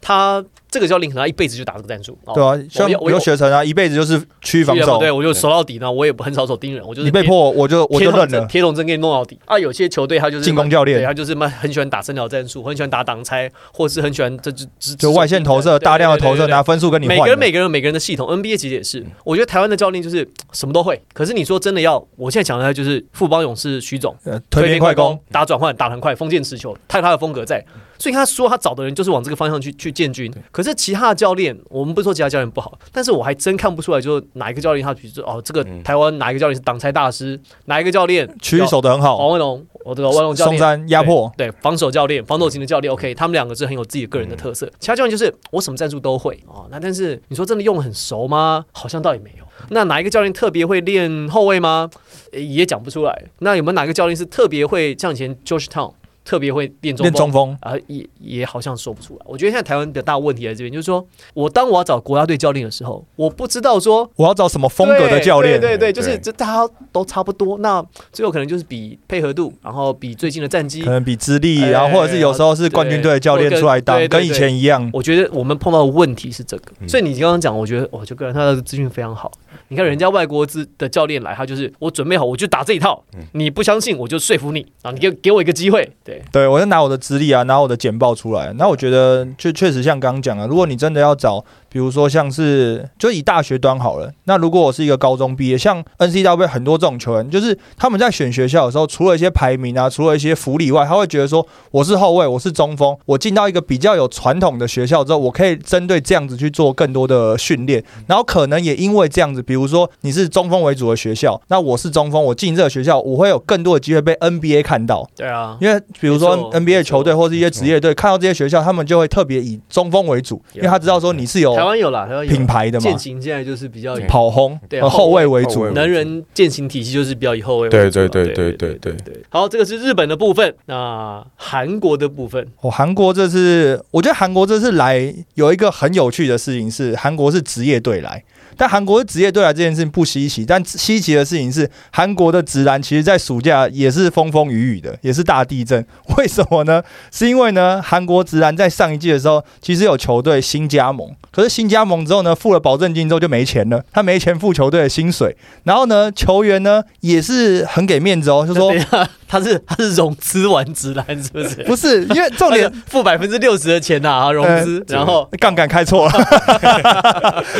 B: 他这个教练可能他一辈子就打这个战术，哦
C: 对啊，像
B: 我
C: 刘学成啊，一辈子就是区域防守，
B: 对我就守到底呢，我也不很少守盯人，我就是
C: 你被
B: 贴
C: 迫我就我
B: 铁
C: 就
B: 桶
C: 认
B: 阵
C: 了。
B: 铁桶阵给你弄到底啊！有些球队他就是
C: 进攻教练
B: 对他就是蛮很喜欢打三角战术，很喜欢打挡拆，或是很喜欢这就只
C: 就外线投射，大量的投射，拿分数跟你
B: 每
C: 换嗯
B: 个人
C: 的。
B: 每个人有每个人的系统，NBA 其实也是。我觉得台湾的教练就是什么都会，可是你说真的要，我现在讲的就是富邦勇士徐总，
C: 呃，推边快攻，，
B: 打转换，打得很快，封建持球，他有他的风格在。所以他说他找的人就是往这个方向去去建军。可是其他的教练，我们不是说其他教练不好，但是我还真看不出来，就是哪一个教练他比如说哦，这个
A: 嗯
B: 台湾哪一个教练是挡拆大师，哪一个教练
C: 区域守得很好。
B: 王文龙，哦我这个万隆教
C: 松
B: 练
C: 山压迫，
B: 对防守教
C: 嗯
B: 练、防守型的教练，OK，他们两个是很有自己个人的特色。其他教练就是我什么战术都会哦，那但是你说真的用得很熟吗？好像倒也没有。那哪一个教练特别会练后卫吗？呃也讲不出来。那有没有哪个教练是特别会像以前 George Town 特别会练中
C: 练
B: 锋？
C: 中锋，
B: 啊，也也好像说不出来。我觉得现在台湾的大问题在这边，就是说我当我要找国家队教练的时候，我不知道说
C: 我要找什么风格的教练？
B: 对对对，就是
A: 对
B: 这大家都差不多。那最后可能就是比配合度，然后比最近的战绩
C: 可。能比资历，
B: 哎
C: 然后或者是有时候是冠军队的教练
B: 对
C: 出来当，
B: 对对
C: 跟
B: 对
C: 以前一样。
B: 我觉得我们碰到的问题是这个，
A: 嗯
B: 所以你刚刚讲，我觉得我就个人他的资讯非常好。你看人家外国资的教练来，他就是我准备好，我就打这一套
A: 嗯。
B: 你不相信，我就说服你啊！你给给我一个机会，对，
C: 对，我就拿我的资历啊，拿我的简报出来。那我觉得，就确实像刚刚讲的，如果你真的要找，比如说像是就以大学端好了，那如果我是一个高中毕业，像 N C W 很多这种球员，就是他们在选学校的时候，除了一些排名啊，除了一些福利以外，他会觉得说我是后卫，我是中锋，我进到一个比较有传统的学校之后，我可以针对这样子去做更多的训练。然后可能也因为这样子，比如说你是中锋为主的学校，那我是中锋，我进这个学校，我会有更多的机会被 NBA 看到。
B: 对啊，
C: 因为比如说
B: 没错
C: NBA
B: 没错
C: 球队或是一些职业队，看到这些学校，他们就会特别以中锋为主，因为他知道说你是有
B: 台湾有啦，台湾有
C: 品牌的嘛
B: 践，行现在就是比较以
C: 跑轰
B: 对
C: 和后
B: 后
C: 卫
B: 卫
C: 为
A: 后
C: 主
A: 卫。
B: 能人践行体系就是比较以后卫为
A: 对
B: 主
A: 对
B: 嘛
A: 对
B: 对
A: 对对
B: 对好，这个是日本的部分，那韩国的部分，
C: 哦，韩国这次我觉得韩国这次来有一个很有趣的事情是，韩国是职业队来，但韩国是职业队来这件事情不稀奇，但稀奇的事情是韩国的直男其实在暑假也是风风雨雨的，也是大地震。 为什么呢？是因为呢，韩国直男在上一季的时候，其实有球队新加盟，可是新加盟之后呢，付了保证金之后就没钱了，他没钱付球队的薪水。然后呢，球员呢也是很给面子哦，就说
B: 等一下他是他是融资完直男是不是？
C: 不是，因为 重
B: 他
C: 点哎
B: 是付百分之六十的钱呐、啊，融资，
A: 呃
B: 然后
C: 杠杆开错了，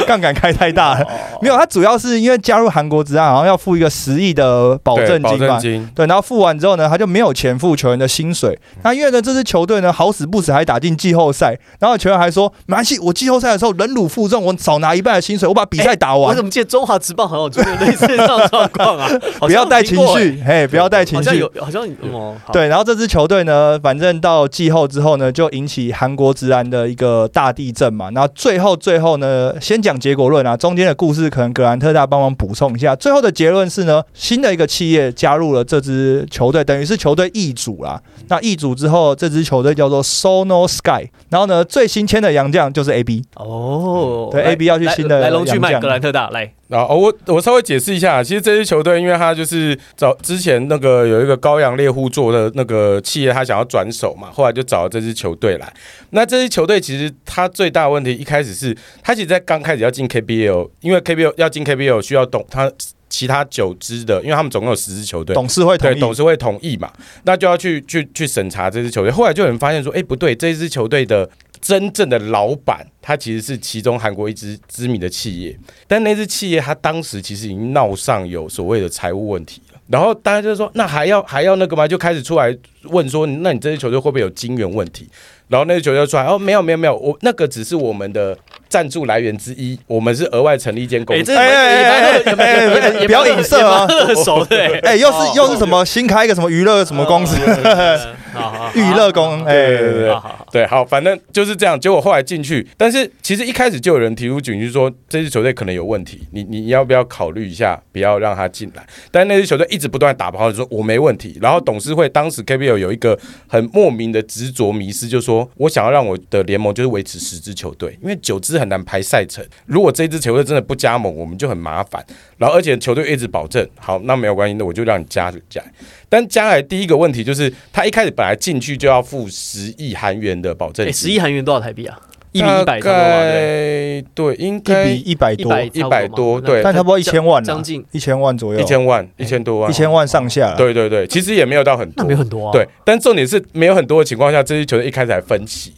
C: 杠杆开太大了。没有，他主要是因为加入韩国职棒，好像要付一个十亿的保
A: 对
C: 证
A: 保
C: 金
A: 证
C: 嘛。
A: 金，
C: 对，然后付完之后呢，他就没有钱付球员的薪水。那因为呢，这支球队呢好死不死还打进季后赛，然后球员还说没关系，我季后赛的时候忍辱负重，我少拿一半的薪水，我把比赛打
B: 我
C: 完，
B: 怎么记得中华职棒好像有出现类似这样的状况啊？好像
C: 不要带情
B: 有听过欸，
C: 绪，嘿，不要带情
B: 好
C: 绪
B: 像。有，好像有哦，好，
C: 对，然后这支球队呢，反正到季后之后呢，就引起韩国职篮的一个大地震嘛。然后最后最后呢，先讲结果论啊，中间的故事可能格兰特大帮忙补充一下。最后的结论是呢，新的一个企业加入了这支球队，等于是球队易主啦。那易主之后，这支球队叫做 Sono Sky。然后呢，最新签的洋将就是 AB。
B: 哦，
C: 对
B: 来
C: AB 要去新的
B: 来来龙去
C: 洋
B: 脉，
C: 将
B: 格兰特大来，
A: 然后、哦、我我稍微解释一下，其实这支球队，因为他就是找之前那个有一个高阳猎户座的那个企业，他想要转手嘛，后来就找了这支球队来。那这支球队其实他最大的问题一开始是，他其实在刚开始要进 KBL，因为 KBL 要进 KBL 需要懂他其他九支的，因为他们总共有十支球队，
C: 董事会同
A: 对
C: 意
A: 董事会同意嘛，那就要去去去审查这支球队。后来就有人发现说，哎、不对，这支球队的真正的老板，他其实是其中韩国一支知名的企业，但那支企业他当时其实已经闹上有所谓的财务问题了。然后大家就说，那还要还要那个吗？就开始出来问说，那你这支球队会不会有金源问题？然后那支球队就出来，哦，没有没有没有，我那个只是我们的赞助来源之一，我们是额外成立一间公
B: 哎，
A: 司。
B: 这
C: 哎哎哎
B: 也蛮也蛮也
C: 哎哎
B: 蛮也
C: 不要
B: 蛮
C: 影射啊
B: 也蛮二手的欸，
C: 哎、又是又是什么新开一个什么娱乐什么公司，
B: 嗯好好好
C: 娱乐公，哎、
A: 对对对对
B: 好好好，
A: 对，好，反正就是这样。结果后来进去，但是其实一开始就有人提出警讯说，这支球队可能有问题，你你要不要考虑一下，不要让他进来？但那支球队一直不断打包，就说我没问题。然后董事会当时 KBL 有一个很莫名的执着迷失，就说我想要让我的联盟就是维持十支球队，因为九支很难排赛程。如果这支球队真的不加盟，我们就很麻烦。然后而且球队一直保证，好，那没有关系，那我就让你加加来。但加来第一个问题就是，他一开始本来进去就要付十亿韩元的保证
B: 哎，
A: 金，
B: 十亿韩元多少台币啊？一比
A: 大
B: 一百差不多吧对
A: 概对，应
C: 哎一
A: 该
C: 比一百
B: 一
C: 多，
B: 百
A: 100多对
C: 但差不多一千万啦
B: 将近
C: 一千万左右，
A: 一千万，一千多万，
C: 一千万上下啦。
A: 对对对，其实也没有到很
B: 那
A: 多
B: 没有。很多啊。
A: 对，但重点是没有很多的情况下，这支球队一开始还分歧。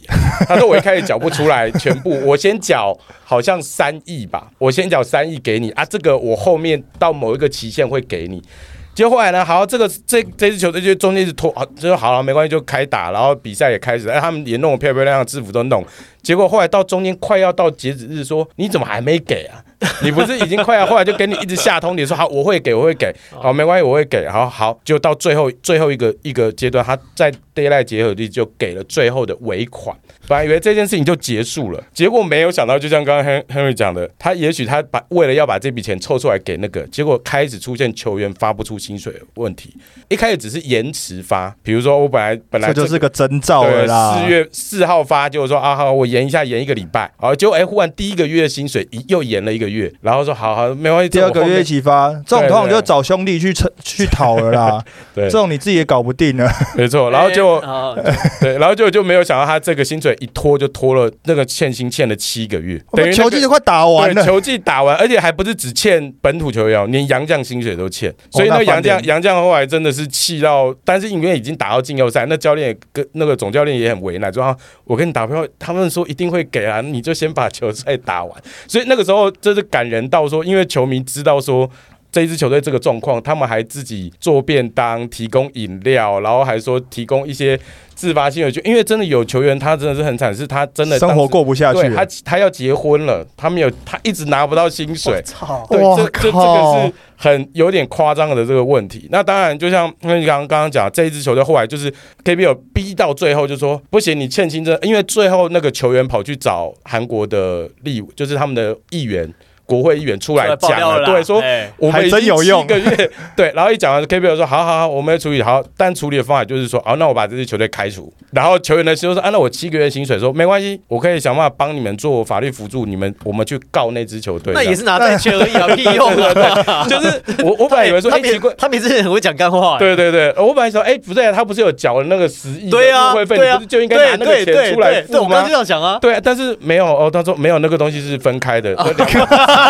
A: 他说：“我一开始缴不出来全部，我先缴好像三亿吧，我先缴三亿给你啊，这个我后面到某一个期限会给你。”结果后来呢，好，这个这这支球队就中间一直拖，啊，就说好了，没关系，就开打，然后比赛也开始，哎，他们也弄得漂漂亮亮，制服都弄。结果后来到中间快要到截止日说，你怎么还没给啊？你不是已经快要，后来就给你一直下通牒说好，我会给，我会给，好，没关系，我会给，好好，就到最后最后一个一个阶段，他在 d a y l i g h t 结合地就给了最后的尾款，本来以为这件事情就结束了，结果没有想到，就像刚刚 Hen- Henry 讲的，他也许他把为了要把这笔钱凑出来给那个，结果开始出现球员发不出薪水的问题，一开始只是延迟发，比如说我本来本来
C: 这
A: 这个
C: 就是个征兆了
A: 对，
C: 啦。
A: 四月四号发，结果说啊好，我延一下，延一个礼拜，好，结果哎，忽然第一个月的薪水一又延了一个月，然后说好好没关系，
C: 第二个月一
A: 这
C: 起发，这种
A: 对
C: 通常
A: 对
C: 就找兄弟去趁去讨了 啦。
A: 我
C: 这
A: 后面
C: 种你自己也搞不定了，
A: 对，没错，然后结果
B: 啊，
A: 对，然后结果就没有想到他这个薪水一拖就拖了，那个欠薪欠了七个月，
C: 我
A: 等于
C: 们
A: 那
C: 球
A: 个
C: 季都快打完
A: 对，
C: 了。
A: 球季打完，而且还不是只欠本土球员哦，连洋将薪水都欠。所以
C: 哦那
A: 那个
C: 翻
A: 洋将
C: 脸
A: 洋将后来真的是气到，但是因为已经打到季后赛，那教练也跟那个总教练也很为难，说、啊、我跟你打票，他们说一定会给啊，你就先把球赛打完。 所以那个时候真是感人到说，因为球迷知道说。这一支球队这个状况，他们还自己做便当、提供饮料，然后还说提供一些自发性的，就因为真的有球员他真的是很惨，是他真的
C: 生
A: 当
C: 活
A: 时
C: 过不下去
A: 对他
C: 了，，
A: 他要结婚了，他没有，他一直拿不到薪水
B: 我。操，
A: 对，
C: 哇
A: 这这这
C: 靠
A: 个是很有点夸张的这个问题。那当然，就像那你刚刚刚刚讲，这一支球队后来就是 KBL 逼到最后，就说不行，你欠薪这，因为最后那个球员跑去找韩国的立，就是他们的议员、国会议员出来
B: 爆
A: 讲
B: 料
A: 了，
B: 了，
A: 对，说
B: 哎
A: 我们已
C: 还
A: 经
C: 真有用
A: 七个月 对，然后一讲完 KPL 说好好好，我们要处理好，但处理的方法就是说，哦，那我把这支球队开除。然后球员的时候说，啊，那我七个月薪水说没关系，我可以想办法帮你们做法律辅助，你们我们去告那支球队。
B: 那也是拿代签而已啊，屁用啊！
A: 这样，就是我我本来以为 说，
B: 他
A: 哎，
B: 每
A: 奇怪。
B: 他每次很会讲干话，
A: 对对对，我本来想，哎，不对啊，他不是有缴了那个十亿的
B: 对啊，
A: 入会费，
B: 对
A: 你
B: 啊，
A: 不是就应该拿那个
B: 对对
A: 钱出来
B: 对对，
A: 付
B: 我刚刚
A: 吗
B: 就？这样想 啊，
A: 对啊，但是没有哦，他说没有那个东西是分开的，
C: 哦
A: 那两个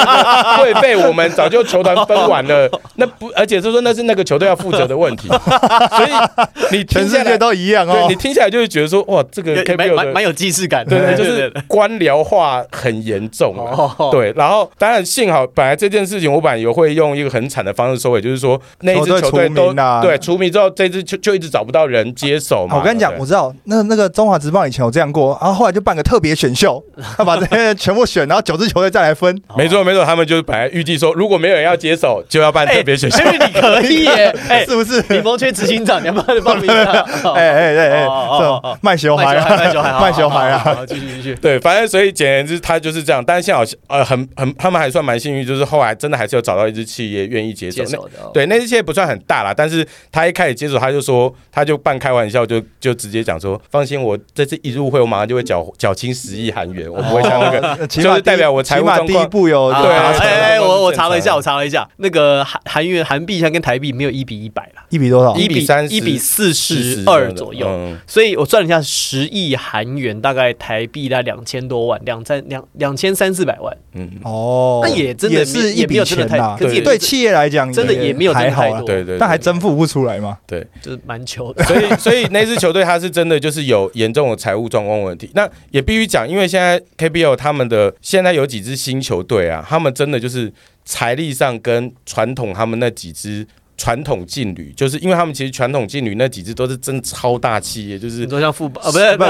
A: 会被我们早就球团分完了，那不，而且是说那是那个球队要负责的问 题，所以你
C: 全
A: 听
C: 世
A: 下
C: 界
A: 来，
C: 都一样
A: 对
C: 哦
A: 你。听下来就会觉得说，哇，这个
B: 有
A: KBL
B: 蛮蛮蛮
A: 的，
B: 有既视感的，
A: 对对，就
B: 对
A: 是官僚化很严重啊。
B: 哦，
A: 对，然后当然幸好，本来这件事情我本来也会用一个很惨的方式收尾，就是说那一支
C: 球
A: 球队
C: 队除
A: 都
C: 名啊
A: 对除名之后，这支就就一直找不到人接手嘛。
C: 我跟你讲，
A: 对
C: 我知道那那个中华职棒以前有这样过，然后后来就办个特别选秀，他把这些全部选，然后九支球队再来分。
B: 哦
A: 没错没错，他们就是本来预计说，如果没有人要接手，就要办特别选秀。
B: 哎，你可以 耶，哎，
C: 是不是？
B: 李峰缺执行长，你要不要报名一下？哦
C: 哎哎哎哎，
B: 哦
C: 这
B: 哦哦
C: 种卖小孩啊，
B: 卖小孩，
C: 卖小孩
A: 哦
C: 啊！
B: 好！继续继续，
A: 对，反正所以简言之，他就是这样。但是幸好呃，很很，他们还算蛮幸运，就是后来真的还是有找到一支企业愿意接手。
B: 接
A: 那
B: 手的，哦
A: 对，那支企业不算很大啦，但是他一开始接手，他就说，他就半开玩笑就就直接讲说，放心，我这次一入会，我马上就会缴缴清十亿韩元，我哦不会像那个
C: 起码
A: 就是代表我
C: 第一
A: 财务
C: 起码
A: 状
C: 第
A: 况
C: 一步有
B: 啊
A: 对
C: 达成
B: 哎哎哎，我我查了一
A: 正
B: 下，
A: 常
B: 我查了一下，那个韩韩元、韩币现在跟台币没有一比一百了，
C: 一比多少？
A: 哦一比三十
B: 一比四十
A: 40
B: 二左右。
A: 嗯
B: 所以我算了一下，十亿韩元大概台币大概两千多万，两三两两千三四百万，
A: 嗯，
C: 哦，
B: 那也真的没
C: 也是一
B: 也没
C: 笔
B: 有真的
C: 钱
B: 太
C: 呐。
B: 可是
A: 对
B: 也
C: 对企业来讲，
B: 真的也没有真
C: 还
B: 的
C: 好
B: 太
C: 啊
B: 多，，
A: 对对，
C: 但还
A: 对
C: 真付不出来嘛。
A: 对。
B: 就是蛮糗的。
A: 所以，所以那支球队他是真的就是有严重的财务状况问题。那也必须讲，因为现在 KBL 他们的现在有几支新球队啊，他们真的就是财力上跟传统他们那几支传统劲旅，就是因为他们其实传统劲旅那几支都是真超大企业，就
B: 你
A: 是。
B: 说像富邦啊，不是不是不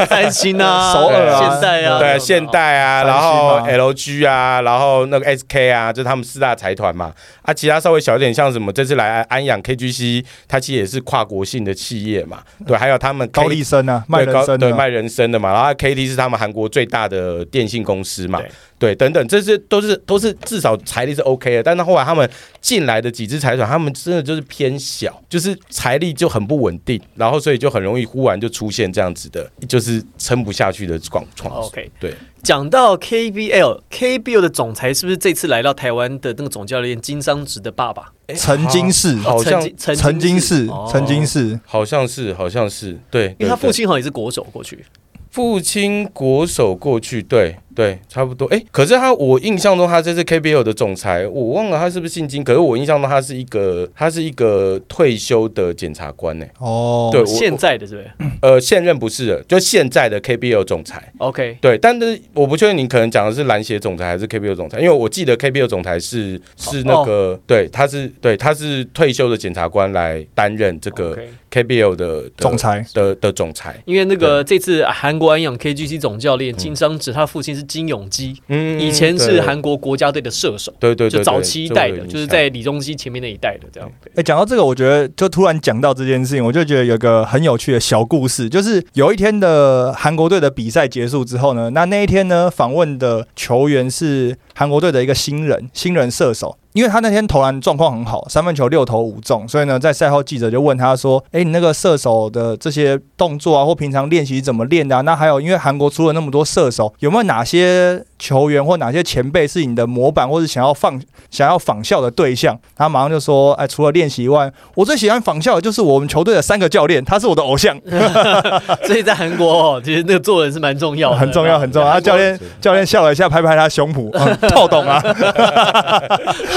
B: 是三星啊，
C: 首尔
A: 啊
B: 现代啊，
A: 对，现代啊，
C: 三
A: 然
C: 星
A: 后
C: 嘛
A: LG 啊，然后那个 SK 啊，这是他们四大财团嘛。啊，其他稍微小一点，像什么这次来安阳 KGC，它其实也是跨国性的企业嘛。对，还有他们 K-
C: 高丽参啊，卖
A: 对
C: 人
A: 高
C: 参
A: 对
C: 啊，
A: 卖人参的嘛，然后 KT 是他们韩国最大的电信公司嘛，
B: 对
A: 对等等，这些都是都是至少财力是 OK 的，但是后来他们进来的几支财团，他们真的就是偏小，就是财力就很不稳定，然后所以就很容易忽然就出现这样子的，就是撑不下去的状况。
B: OK，
A: 对，
B: 讲到 KBL，KBL 的总裁是不是这次来到台湾的那个总教练金商植的爸爸？
C: 曾经是
A: 好
B: 哦
A: 像
B: 曾经曾
C: 曾经是
B: 哦
C: 曾经是
A: 好像是好像是对，
B: 因为他
A: 对对
B: 父亲好像也是国手过去，
A: 父亲国手过去，对对，差不多。哎、可是他，我印象中他这次 KBL 的总裁，我忘了他是不是姓金，可是我印象中他是一个，他是一个退休的检察官呢、
C: 哦，
A: 对，我
B: 现在的是不是
A: 呃现任不是了，就现在的 KBL 总裁。
B: ？OK，
A: 对，但是我不确定你可能讲的是篮协总裁还是 KBL 总裁，因为我记得 KBL 总裁是是那
C: 哦
A: 个、对，他是对他是退休的检察官来担任这个
B: OK
A: KBL 的的
C: 总裁
A: 的的总裁。
B: 因为那个这次韩国安养 KGC 总教练金商植，他父亲是金永基，
A: 嗯
B: 以前是
A: 对
B: 韩国国家队的射手，
A: 对对对
B: 就早期一代的，就
A: 对这我有印
B: 是。
A: 象
B: 在李宗熙前面那一代的这样。对
C: 哎、讲到这个，我觉得就突然讲到这件事情，我就觉得有个很有趣的小故事，就是有一天的韩国队的比赛结束之后呢，那那一天呢，访问的球员是韩国队的一个新人，新人射手。因为他那天投篮状况很好，三分球六投五中，所以呢，在赛后记者就问他说：“哎、你那个射手的这些动作啊，或平常练习怎么练的、啊？那还有，因为韩国出了那么多射手，有没有哪些球员或哪些前辈是你的模板，或是想要放想要仿效的对象，他马上就说：“哎，除了练习以外，我最喜欢仿效的就是我们球队的三个教练，他是我的偶像，
B: 所以在韩国哦，其实那个做人是蛮重要的，
C: 哦很重要，很重要。”他教练教练笑了一下，拍拍他胸脯，嗯透懂啊，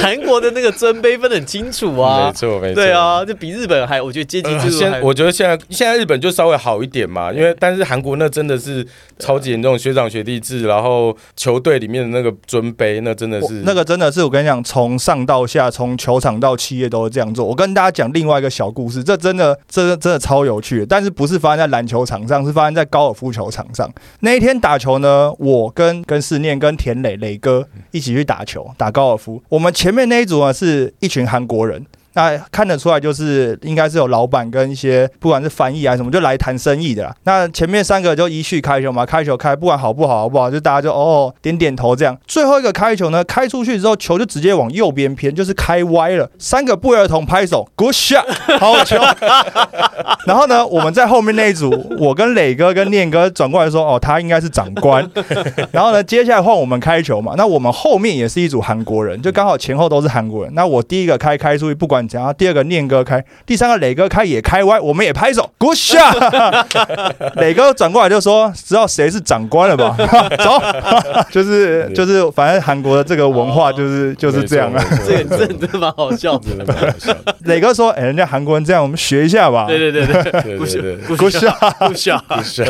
B: 韩国的那个尊卑分得很清楚
A: 没
B: 啊。
A: 错，没错，
B: 对。啊，就比日本还，我觉得阶级
A: 呃
B: 制度还
A: 现我觉得现在现在日本就稍微好一点嘛，因为但是韩国那真的是超级严重学长学弟制，然后球队里面的那个尊卑，那真的
C: 我
A: 是
C: 那个真的是我跟你讲，从上到下，从球场到企业都是这样做。我跟大家讲另外一个小故事，这真的，这真的超有趣的，但是不是发生在篮球场上，是发生在高尔夫球场上。那一天打球呢，我跟跟思念、跟田磊磊哥一起去打球，打高尔夫。我们前面那一组呢是一群韩国人。那看得出来，就是应该是有老板跟一些不管是翻译啊什么，就来谈生意的啦。那前面三个就依序开球嘛，开球开，不管好不好，好不好，就大家就哦点点头这样。最后一个开球呢，开出去之后，球就直接往右边偏，就是开歪了。三个不约而同拍手，Good shot，好 球。然后呢，我们在后面那一组，我跟磊哥跟念哥转过来说，哦，他应该是长官。然后呢，接下来换我们开球嘛。那我们后面也是一组韩国人，就刚好前后都是韩国人。那我第一个开开出去，不管怎样；第二个念哥开，第三个磊哥开也开歪，我们也拍手，Good shot。磊 哥转过来就说：“知道谁是长官了吧？” 走，就是就是，反正韩国的这个文化就是就是这样啊。
A: 没错
B: 这
A: 没
B: 个
A: 错
B: 真的蛮好笑 的。
A: 真的蛮好笑的，
C: 磊哥说：“哎、人家韩国人这样，我们学一下吧。”
B: 对对对
A: 对
B: 对，不
A: 对对
B: 是
A: 对，
B: 不是不是。
A: 不是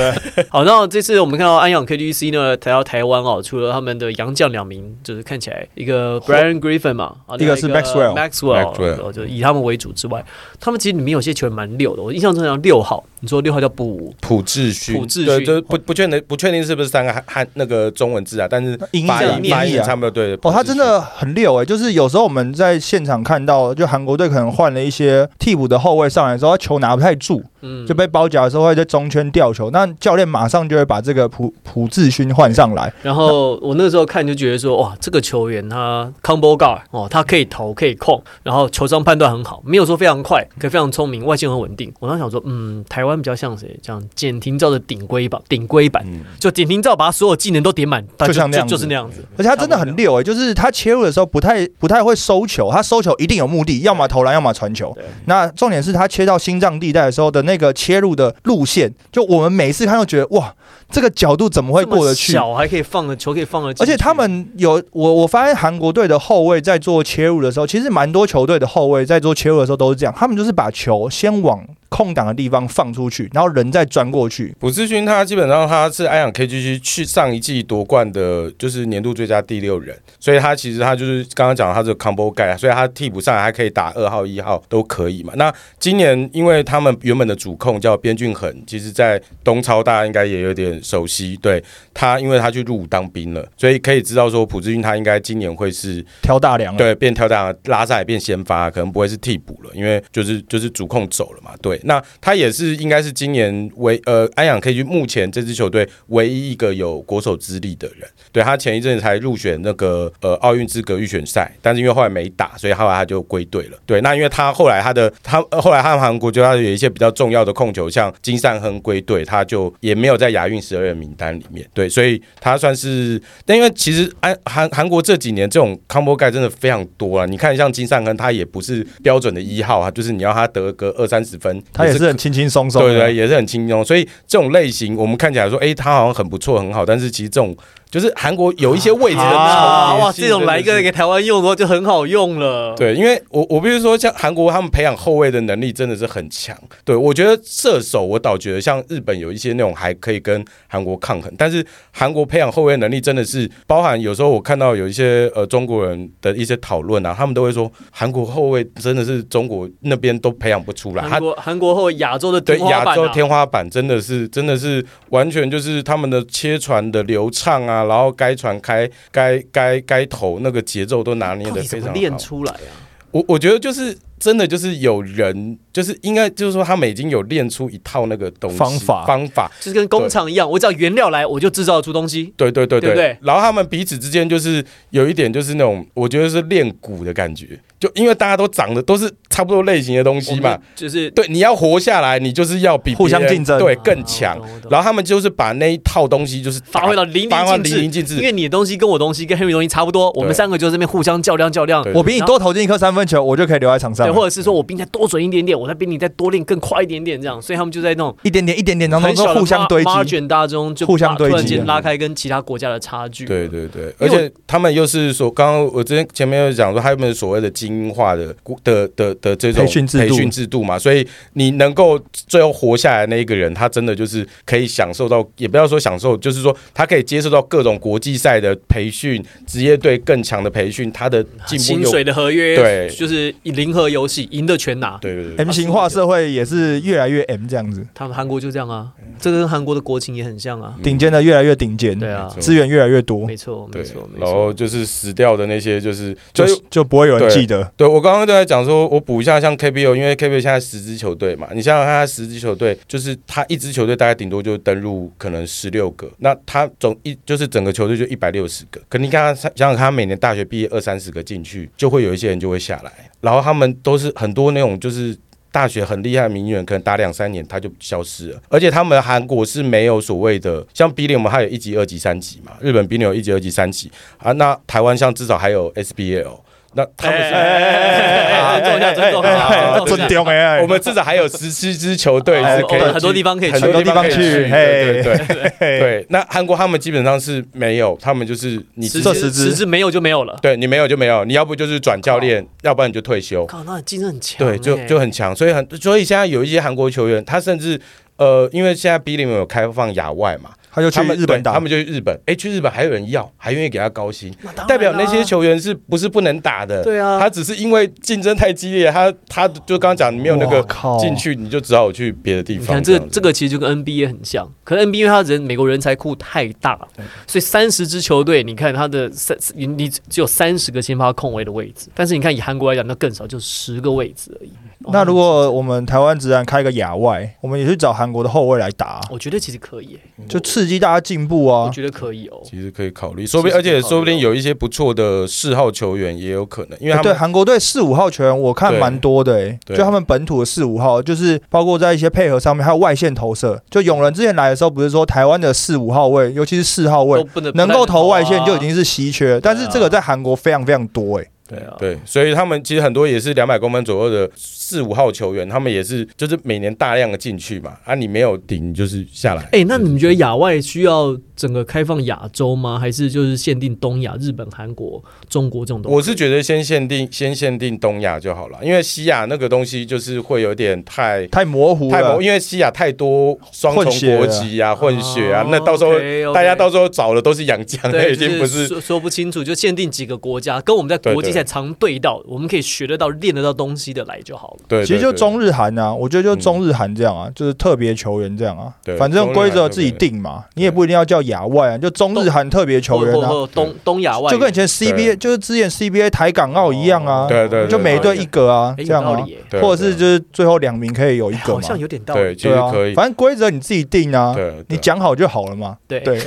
B: 好，那这次我们看到安阳 KGC 呢，来到台湾哦，除了他们的洋将两名，就是看起来一个 Brian Griffin 嘛，啊
C: 一个是
B: 另外
C: Maxwell
B: Maxwell，
A: Maxwell
B: 然后就以他们为主之外，他们其实里面有些球员蛮溜的。我印象中好像六号，你说六号叫布武，
A: 朴智勋，
B: 朴智勋
A: 对，就是不不确定不确定是不是三个汉汉那个中文字啊，但是
C: 音译
A: 发
B: 啊
A: 音发
C: 音译
A: 音
C: 啊
A: 差不多对。
C: 哦，他
A: 朴智
C: 真
A: 勋
C: 的很溜诶、欸就是有时候我们在现场看到，就韩国队可能换了一些替补的后卫上来的时候，他球拿不太住，
B: 嗯，
C: 就被包夹的时候会在中圈吊球，那教练马上就会把这个朴朴智勋换上来。
B: 然 后我那时候看就觉得说，哇，这个球员他 combo guard 哦，他可以投可以控，然后球商判断很好，没有说非常快，可非常聪明，外线很稳定。我当时想说，嗯，台湾比较像谁？像简廷照的顶规版，顶规版，
A: 嗯
B: 就简廷照把他所有技能都点满，他
C: 就像那样子
B: 就，就是那样子。
C: 而且他真的很溜诶、欸就是他切入的时候不太不太会收球，他收球一定有目的，要么投篮，要么传球
B: 对。
C: 那重点是他切到心脏地带的时候的那个切入的路线，就我们每次看都觉得哇，这个角度怎么会
B: 这么
C: 过得去？
B: 小还可以放的球可以放的，
C: 而且他们有我我发现韩国队的后卫在做切入的时候，其实蛮多球队的后卫在做切入的时候都是这样，他们就是把球先往空档的地方放出去，然后人再钻过去。
A: 朴智勋他基本上他是安阳 KGC 去上一季夺冠的，就是年度最佳第六人，所以他其实他就是刚刚讲的他是 combo 盖，所以他替补上来还可以打二号、一号都可以嘛。那今年因为他们原本的主控叫边俊恒，其实在东超大家应该也有点熟悉，对他，因为他去入伍当兵了，所以可以知道说朴智勋他应该今年会是
C: 挑大梁了，
A: 对，变跳大拉萨也变先发，可能不会是替补了，因为就是就是主控走了嘛。对，那他也是应该是今年唯呃安养 KG 目前这支球队唯一一个有国手资历的人。对他前一阵子才入选那个呃奥运资格预选赛，但是因为后来没打，所以后来他就归队了。对，那因为他后来他的他呃后来他韩国就他有一些比较重要的控球，像金善亨归队，他就也没有在亚运十二人名单里面。对，所以他算是但因为其实安韩韩国这几年这种 combo guy 真的非常多啊，你看像金善亨，他也不是标准的一号啊，就是你要他得个二三十分，
C: 他也
A: 是
C: 是很轻轻松松。
A: 对对，，也是很轻松。所以这种类型，我们看起来说，哎、他好像很不错，很好，但是其实这种就是韩国有一些位置的
B: 啊，
A: 超
B: 哇，
A: 年轻
B: 这种来一
A: 真
B: 个
A: 的是
B: 给台湾用的话就很好用了。，
A: 对，因为我我必须说，像韩国他们培养后卫的能力真的是很强。对我觉得射手，我倒觉得像日本有一些那种还可以跟韩国抗衡，但是韩国培养后卫能力真的是包含有时候我看到有一些呃中国人的一些讨论啊，他们都会说韩国后卫真的是中国那边都培养不出来，他
B: 韩国韩国后亚洲的
A: 对
B: 天花
A: 亚
B: 板
A: 洲
B: 啊，
A: 天花板真的是真的是完全就是他们的切传的流畅啊，然后该传开该该该投那个节奏都拿捏
B: 到
A: 的
B: 底怎
A: 非
B: 么
A: 常
B: 练
A: 好。
B: 出来啊？
A: 我我觉得就是真的就是有人就是应该就是说他们已经有练出一套那个东西
C: 方法
A: 方法，
B: 就是跟工厂一样，我只要原料来，我就制造出东西。
A: 对对对
B: 对不对
A: 然后他们彼此之间就是有一点就是那种我觉得是练骨的感觉，就因为大家都长得都是差不多类型的东
B: 我
A: 西嘛
B: 们，就是
A: 对，你要活下来，你就是要比
C: 互相
A: 别人
C: 竞争
A: 对
B: 啊
A: 更强
B: 我懂我。懂
A: 然后他们就是把那一套东西就是
B: 发挥
A: 到
B: 到淋
A: 发挥到
B: 漓
A: 淋漓
B: 尽
A: 尽
B: 致。因
A: 致。
B: 为你的东西跟我东西跟 Henry 东西差不多，我们
A: 对
B: 三个就在那边互相较量较量
A: 对，
C: 我比你多投进一颗三分球，我就可以留在场上
B: 对，
C: 了，
B: 或者是说我比你再多准一点点，我再比你再多练更快一点点，这样，所以他们就在那种
C: 一点点一点点，然后
B: 很小
C: 都
B: 的
C: 互相
B: mar-
C: 堆积。
B: margin 大中就
C: 互相
B: 把
C: 堆积
B: 突然间
A: 啊
B: 拉开跟其他国家的差距。
A: 对，对对，
B: 因为
A: 而
B: 我
A: 且他们又是说，刚刚我之前前面有讲说，他们所谓的精英化的的的的这种
C: 培训制度
A: 培训制度嘛，所以你能够最后活下来的那一个人，他真的就是可以享受到，也不要说享受，就是说他可以接受到各种国际赛的培训，职业队更强的培训，他的进步
B: 啊薪
A: 又
B: 水的合约，
A: 对
B: 就是零和游戏，赢的全拿。
A: 对对对
C: M 型化社会也是越来越 M 这样子，
B: 他们韩国就这样啊，这个跟韩国的国情也很像啊。
C: 顶尖的越来越顶尖，
B: 对啊
A: 没，错
C: 资源越来越多，
B: 没错，没
A: 对
B: 错，，没
A: 然
B: 错。
A: 后就是死掉的那些，就是
C: 就
A: 就是
C: 就不会有人记得。
A: 对我刚刚就在讲说，我补一下像 KBO，因为 KBO 现在十支球队嘛，你想想看，他十支球队就是他一支球队大概顶多就登入可能十六个，那他总一就是整个球队就一百六十个。可你看他想想看，他每年大学毕业二三十个进去，就会有一些人就会下来，然后他们都是很多那种就是。大学很厉害的名媛，可能打两三年他就消失了。而且他们韩国是没有所谓的，像 B 联我们还有一级、二级、三级嘛，日本 B 联有一级、二级、三级啊。那台湾像至少还有 SBL，那他们是
B: 哎哎哎哎尊重一下尊重一下
C: 哎
B: 尊重一下
C: 尊重哎，
A: 我们至少还有十七支球队
B: 哎
A: 是可以去
B: 我们很多地方可以去
A: 很多地方可以去，
C: 很多地
A: 对
C: 方
A: 对对对对。那韩国他们基本上是没有，他们就是你
B: 实
A: 自
B: 质
A: 己
C: 这十支
B: 实质没有就没有了。
A: 对你没有就没有，你要不就是转教练，要不然你就退休。
B: 靠，那竞争很强欸。
A: 对，就就很强，所以很所以现在有一些韩国球员，他甚至呃，因为现在 B 联盟有开放亚外嘛，
C: 他就去
A: 他们
C: 日本
A: 对
C: 打，
A: 他们就去日本，哎，去日本还有人要，还愿意给他高薪，
B: 那当然啦
A: 代表那些球员是不是不能打的？
B: 对啊
A: 他只是因为竞争太激烈，他他就刚刚讲你没有那
C: 哇
A: 个
C: 靠
A: 进去，你就只好去别的地
B: 你
A: 方。
B: 看这
A: 样
B: 个
A: 子
B: 这个其实就跟 NBA 很像，可是 NBA 因为它人美国人才库太大了，所以三十支球队，你看它的三你你只有三十个先发控卫的位置，但是你看以韩国来讲，那更少，就十个位置而已。哦
C: 那如果我们台湾直男开个亚外，我们也去找韩国的后卫来打，
A: 哦
B: 我觉得其实可以欸、
C: 就刺激大家进步
B: 我
C: 啊。
B: 觉得可以哦。
A: 其实可以考虑，说不定
B: 其
A: 而
B: 实可
A: 且
B: 以
A: 说不
B: 考虑哦
A: 定有一些不错的四号球员也有可能，因为
C: 欸
A: 他
C: 对
A: 们
C: 韩国队四五号球员，我看
A: 对
C: 蛮多的、欸，
A: 对
C: 就他们本土的四五号，就是包括在一些配合上面，还有外线投射。就永仁之前来的时候，不是说台湾的四五号位，尤其是四号
B: 都
C: 位，
B: 不能
C: 能够投外线
B: 不
C: 就已。
B: 太能投啊
C: 经是稀缺，但是这个在韩国非常非常多、欸，
B: 对啊，
A: 对，所以他们其实很多也是两百公分左右的四五号球员，他们也是就是每年大量的进去嘛，啊，你没有顶你就是下来。
B: 哎、那你们觉得亚外需要整个开放亚洲吗？还是就是限定东亚、日本、韩国、中国这种东西？
A: 我是觉得先限定先限定东亚就好了，因为西亚那个东西就是会有点太
C: 太模糊
A: 太
C: 了
A: 猛，。因为西亚太多双重
C: 混血
A: 国籍啊、混血啊
B: 哦，
A: 那到时候
B: OK，OK
A: 大家到时候找的都是洋将，那
B: 对，
A: 已经不
B: 就是说说不清楚，就限定几个国家，跟我们在国际
A: 对对
B: 赛常对到，我们可以学得到、练得到东西的来就好了。
A: 对，对
C: 其实就
A: 对嗯
C: 中日韩啊，我觉得就中日韩这样啊，就是特别球员这样啊
A: 对，
C: 反正规则自己定嘛，你也不一定要叫亚外啊，就中日韩特别球员
B: 或或
C: 啊，
B: 或东东亚外，
C: 就跟以前 CBA
A: 对
C: 就是之前 CBA 台港澳一样啊，
A: 对对对
C: 就每队一个啊，
B: 哎
C: 这样
B: 有道
C: 啊
B: 理，耶
A: 对
C: 或者是就是最后两名可以有一
B: 哎
C: 个
B: 好
C: 嘛，
B: 像有点道
A: 对，
B: 理。
A: 其
C: 对
A: 实
C: 啊
A: 可以，，
C: 反正规则你自己定啊，
A: 对，对
C: 你讲好就好了嘛，
B: 对，
C: 对，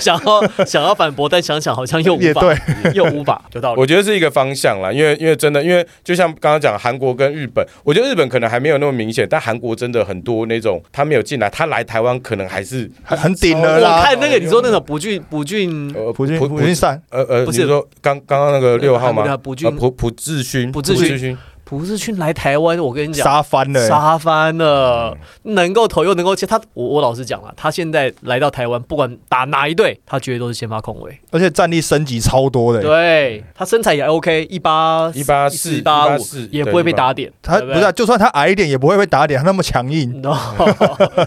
B: 想要想要反驳，但想想好像又无
C: 也
B: 法，
C: 对，
B: 又无法， 有道理。
A: 我觉得是一个方向啦，因为因为真的，因为就像刚刚讲韩国跟日本，我觉得日本可能还没有那么明显，但韩国真的很多那种他没有进来，他来台湾可能还是
C: 很很顶了
B: 我
C: 啦。
B: 看那个你说那种不俊不俊
A: 呃
C: 普俊普俊善，
A: 呃呃，
B: 不
A: 不
B: 是
A: 是说刚刚刚那个六号
B: 韩国的
A: 吗？
B: 朴
A: 呃
B: 俊
A: 朴朴智勋，
B: 朴智
A: 朴
B: 勋
A: 智勋，
B: 不是去来台湾，我跟你讲。
C: 杀翻了、欸，
B: 杀翻了，能够投又能够切，他我我老实讲了，啊他现在来到台湾，不管打哪一队，他绝对都是先发控卫。
C: 而且战力升级超多的欸、
B: 对他身材也 OK，一八
A: 184
B: 一八五
A: 184
B: 也不会被打点，
C: 他
B: 对
C: 不
B: 对
C: 是啊、就算他矮一点，也不会被打点，他那么强硬。
B: No，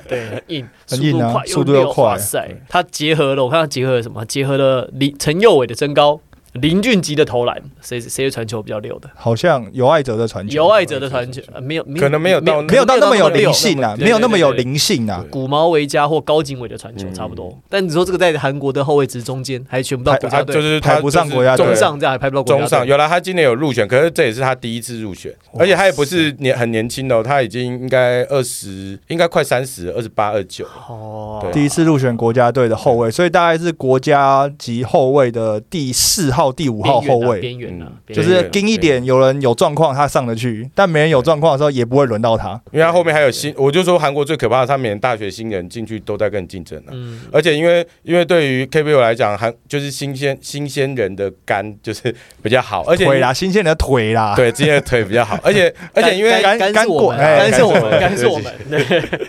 B: 对，很硬，
C: 很
B: 速度
C: 硬啊
B: 快，
C: 速度
B: 又
C: 又快
B: 哇塞，他结合了，我看他结合了什么？结合了林陈佑伟的身高，林俊杰的投篮，谁谁的传球比较溜的？
C: 好像有爱者的传球，
B: 有爱者的传球，呃没有，
A: 可能没有到
C: 没有到那么有灵
B: 溜
C: 性啊，
B: 对
C: 没有那么有
B: 对对
C: 灵性啊
A: 对。
B: 古毛维加或高景伟的传球差不多，但你说这个在韩国的后卫值中间还选不到
C: 还
B: 国家
A: 他啊就
B: 队，
A: 是他
C: 排不上
A: 就是
C: 国家队
B: 中
A: 对
B: 上这样还拍不到国
A: 中
B: 家
A: 上
B: 队。
A: 有啦，他今年有入选，可是这也是他第一次入选，
C: 哇
A: 而且他也不是年很年轻的、哦，他已经应该二十，应该快三十，二十八、二九。
B: 哦
A: 对
C: 第一次入选国家队的后卫，所以大概是国家级后卫的第四号、第五号后卫，
B: 边缘啊，边缘啊
C: 就
A: 边缘
C: 是盯一点，有人有状况他上得去，但没人有状况的时候也不会轮到他。
A: 因为他后面还有新，我就说韩国最可怕的，他每年大学新人进去都在跟你竞争啊。
B: 嗯，
A: 而且因为因为对于 KPL 来讲，韩就是新鲜新鲜人的肝就是比较好，而且
C: 腿啦，新鲜的腿啦，
A: 对今天的腿比较好，而 且而且因为
B: 干干
C: 干
B: 干是我们，啊
C: 干
B: 干是我
A: 过
B: 们，
A: 哎
B: 干是我们，对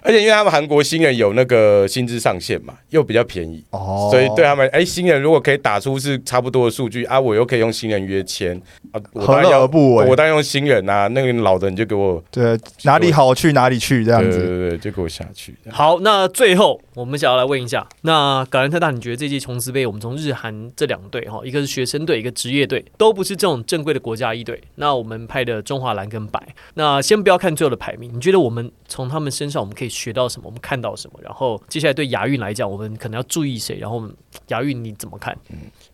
A: 而且因为他们韩国新人有那个薪资上限嘛，又比较便宜。
C: 哦，
A: 所以对他们，哎、新人如果可以打出是差不多的数据啊，我又可以用新人约签啊，我当
C: 何
A: 然
C: 乐
A: 要
C: 而不为
A: 我？当然用新人啊，那个老的你就给我
C: 对，哪里好去哪里去这
A: 对
C: 样
A: 对
C: 子。
A: 对，对就给我下去。
B: 好，那最后我们想要来问一下，那格兰特大，你觉得这届琼斯杯，我们从日韩这两队哈，一个是学生队，一个职业队，都不是这种正规的国家一队。那我们派的中华蓝跟白，那先不要看最后的排名，你觉得我们从他们身上我们可以学到什么？我们看到什么？然后接下来对亚运来讲，我们可能要注意谁？然后我们亚运你怎么看？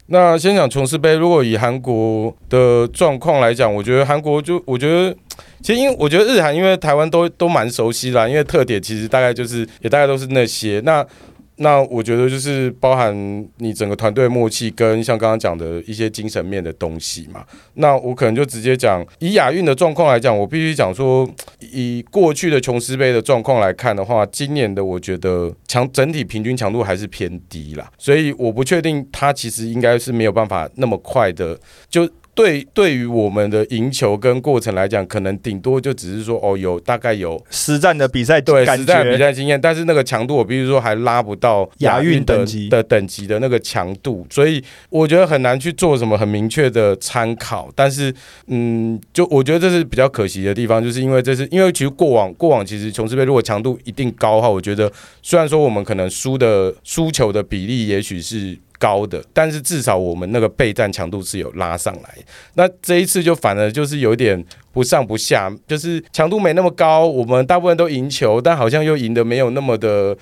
A: 那先讲琼斯杯，如果以韩国的状况来讲，我觉得韩国就我觉得，其实因为我觉得日韩，因为台湾都都蛮熟悉啦，因为特点其实大概就是也大概都是那些那。那我觉得就是包含你整个团队默契跟像刚刚讲的一些精神面的东西嘛。那我可能就直接讲，以亚运的状况来讲，我必须讲说，以过去的琼斯杯的状况来看的话，今年的我觉得强整体平均强度还是偏低啦，所以我不确定它其实应该是没有办法那么快的就。对，对于我们的赢球跟过程来讲，可能顶多就只是说哦，有大概有
C: 实战的比赛
A: 对
C: 感
A: 实战比
C: 觉，
A: 赛经验，但是那个强度，我比如说还拉不到
C: 亚运
A: 的
C: 等级
A: 的等级的那个强度，所以我觉得很难去做什么很明确的参考。但是，嗯，就我觉得这是比较可惜的地方，就是因为这是因为其实过往过往其实琼斯杯如果强度一定高的话，我觉得虽然说我们可能输的输球的比例也许是。高的，但是至少我们那个备战强度是有拉上来。那这一次就反而就是有点不上不下，就是强度没那么高，我们大部分都赢球，但好像又赢得没有那么的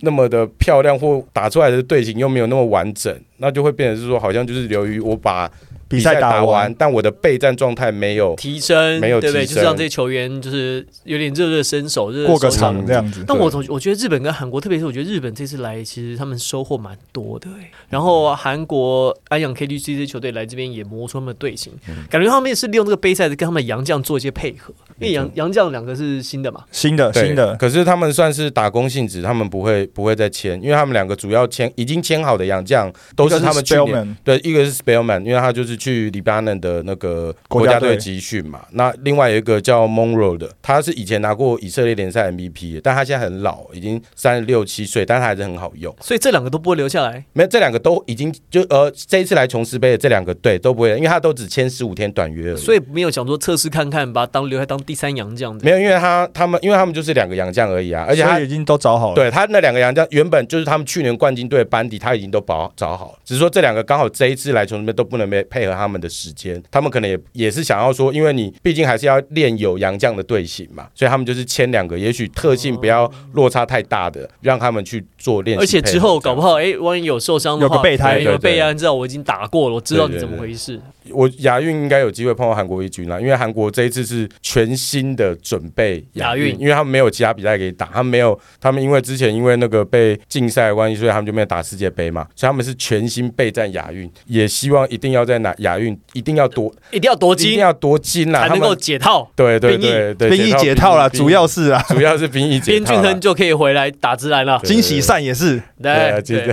A: 那么的漂亮，或打出来的队形又没有那么完整，那就会变成是说，好像就是由于我把
C: 比赛
A: 打
C: 打完，
A: 但我的备战状态没有。
B: 提升
A: 没有
B: 对不对？
A: 提
B: 就
A: 升
B: 是让这些球员就是有点热热身手，热热
C: 过个
B: 手掌
C: 场这样子。
B: 但
A: 对
B: 我总我觉得日本跟韩国，特别是我觉得日本这次来，其实他们收获蛮多的、欸。然后韩国安阳 KGC 这些球队来这边也磨出他们的队形，
A: 嗯
B: 感觉他们也是利用这个杯赛的跟他们的洋将做一些配合，因为洋洋将两个是新的嘛，
C: 新的
A: 对
C: 新的，
A: 可是他们算是打工性质，他们不会不会再签，因为他们两个主要签已经签好的洋将都是他们去年
C: Spellman
A: 对，一个是 Spellman，因为他就是去黎巴嫩的那个
C: 国
A: 国
C: 家
A: 家
C: 队
A: 队集训嘛。那另外有一个叫 Monroe 的，他是以前拿过以色列联赛 MVP，的但他现在很老，已经三十六七岁，但他还是很好用。
B: 所以这两个都不会留下来。
A: 没有，这两个都已经就呃，这一次来琼斯杯的这两个队都不会，因为他都只签十五天短约而已。
B: 所以没有想说测试看看，把他当留下当第三洋将
A: 没有，因为他他们因为他们就是两个洋将而已啊，而且他
C: 所以
B: 哦
C: 已经都找好了。
A: 对他那两个洋将原本就是他们去年冠军队的班底，他已经都保找好了，只是说这两个刚好这一次来球那边都不能配配合他们的时间，他们可能也也是想要说，因为你毕竟还是要练有洋将的队形嘛，所以他们就是签两个，也许特性不要落差太大的，让他们去做练习配
B: 而
A: 合这
B: 且
A: 样。
B: 之后搞不好，哎、万一有受伤的话，
C: 有个备胎
B: 对有个
A: 对对
B: 备案，知道我已经打过了，我知道你
A: 对对
B: 怎么
A: 对
B: 回事。
A: 我亚运应该有机会碰到韩国一军啦，因为韩国这一次是全新的准备亚
B: 亚
A: 运
B: 运，
A: 因为他们没有其他比赛可以打，他们没有，他们因为之前因为那个被禁赛的关系，所以他们就没有打世界杯嘛，所以他们是全新备战亚运，也希望一定要在哪亚运一定要夺，
B: 一定要夺
A: 一定
B: 金
A: 要夺金啦，
B: 才
A: 他
B: 能够
A: 们
B: 解套，
A: 对对
B: 兵役
A: 对对，
C: 兵役解套了，
A: 兵役
C: 主要是啊，
A: 主要是兵役解
B: 边
A: 套
B: 俊
A: 啦
B: 亨就可以回来打直男了。
A: 对
C: 金喜善也是，
A: 对啊，对
B: 对
A: 对对
C: 对，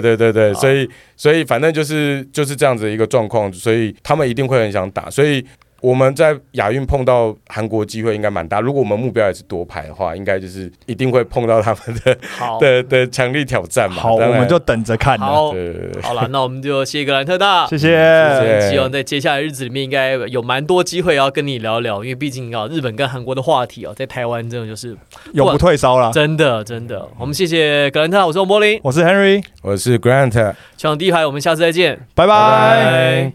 A: 对对
C: 啊
A: 对，
B: 好
A: 所以所以反正就是就是这样子一个状况，所以他们一定会很想打，所以我们在亚运碰到韩国机会应该蛮大。如果我们目标也是夺牌的话，应该就是一定会碰到他们的
B: 好，
A: 的的强力挑战嘛。
C: 好，
A: 当
C: 我
A: 然
C: 们就等着看了。
B: 好，
A: 对对对对
B: 好了，那我们就谢谢格兰特大，
C: 谢
A: 谢
C: 谢
A: 谢。
B: 希望在接下来日子里面，应该有蛮多机会要跟你聊聊，因为毕竟啊，日本跟韩国的话题啊，在台湾真的就是
C: 永不退烧了。
B: 真的真的。我们谢谢格兰特大，我是王柏林，
C: 我是 Henry，
A: 我是 Grant，
B: 抢第一排，我们下次再见。
A: 拜
C: 拜拜。
A: 拜。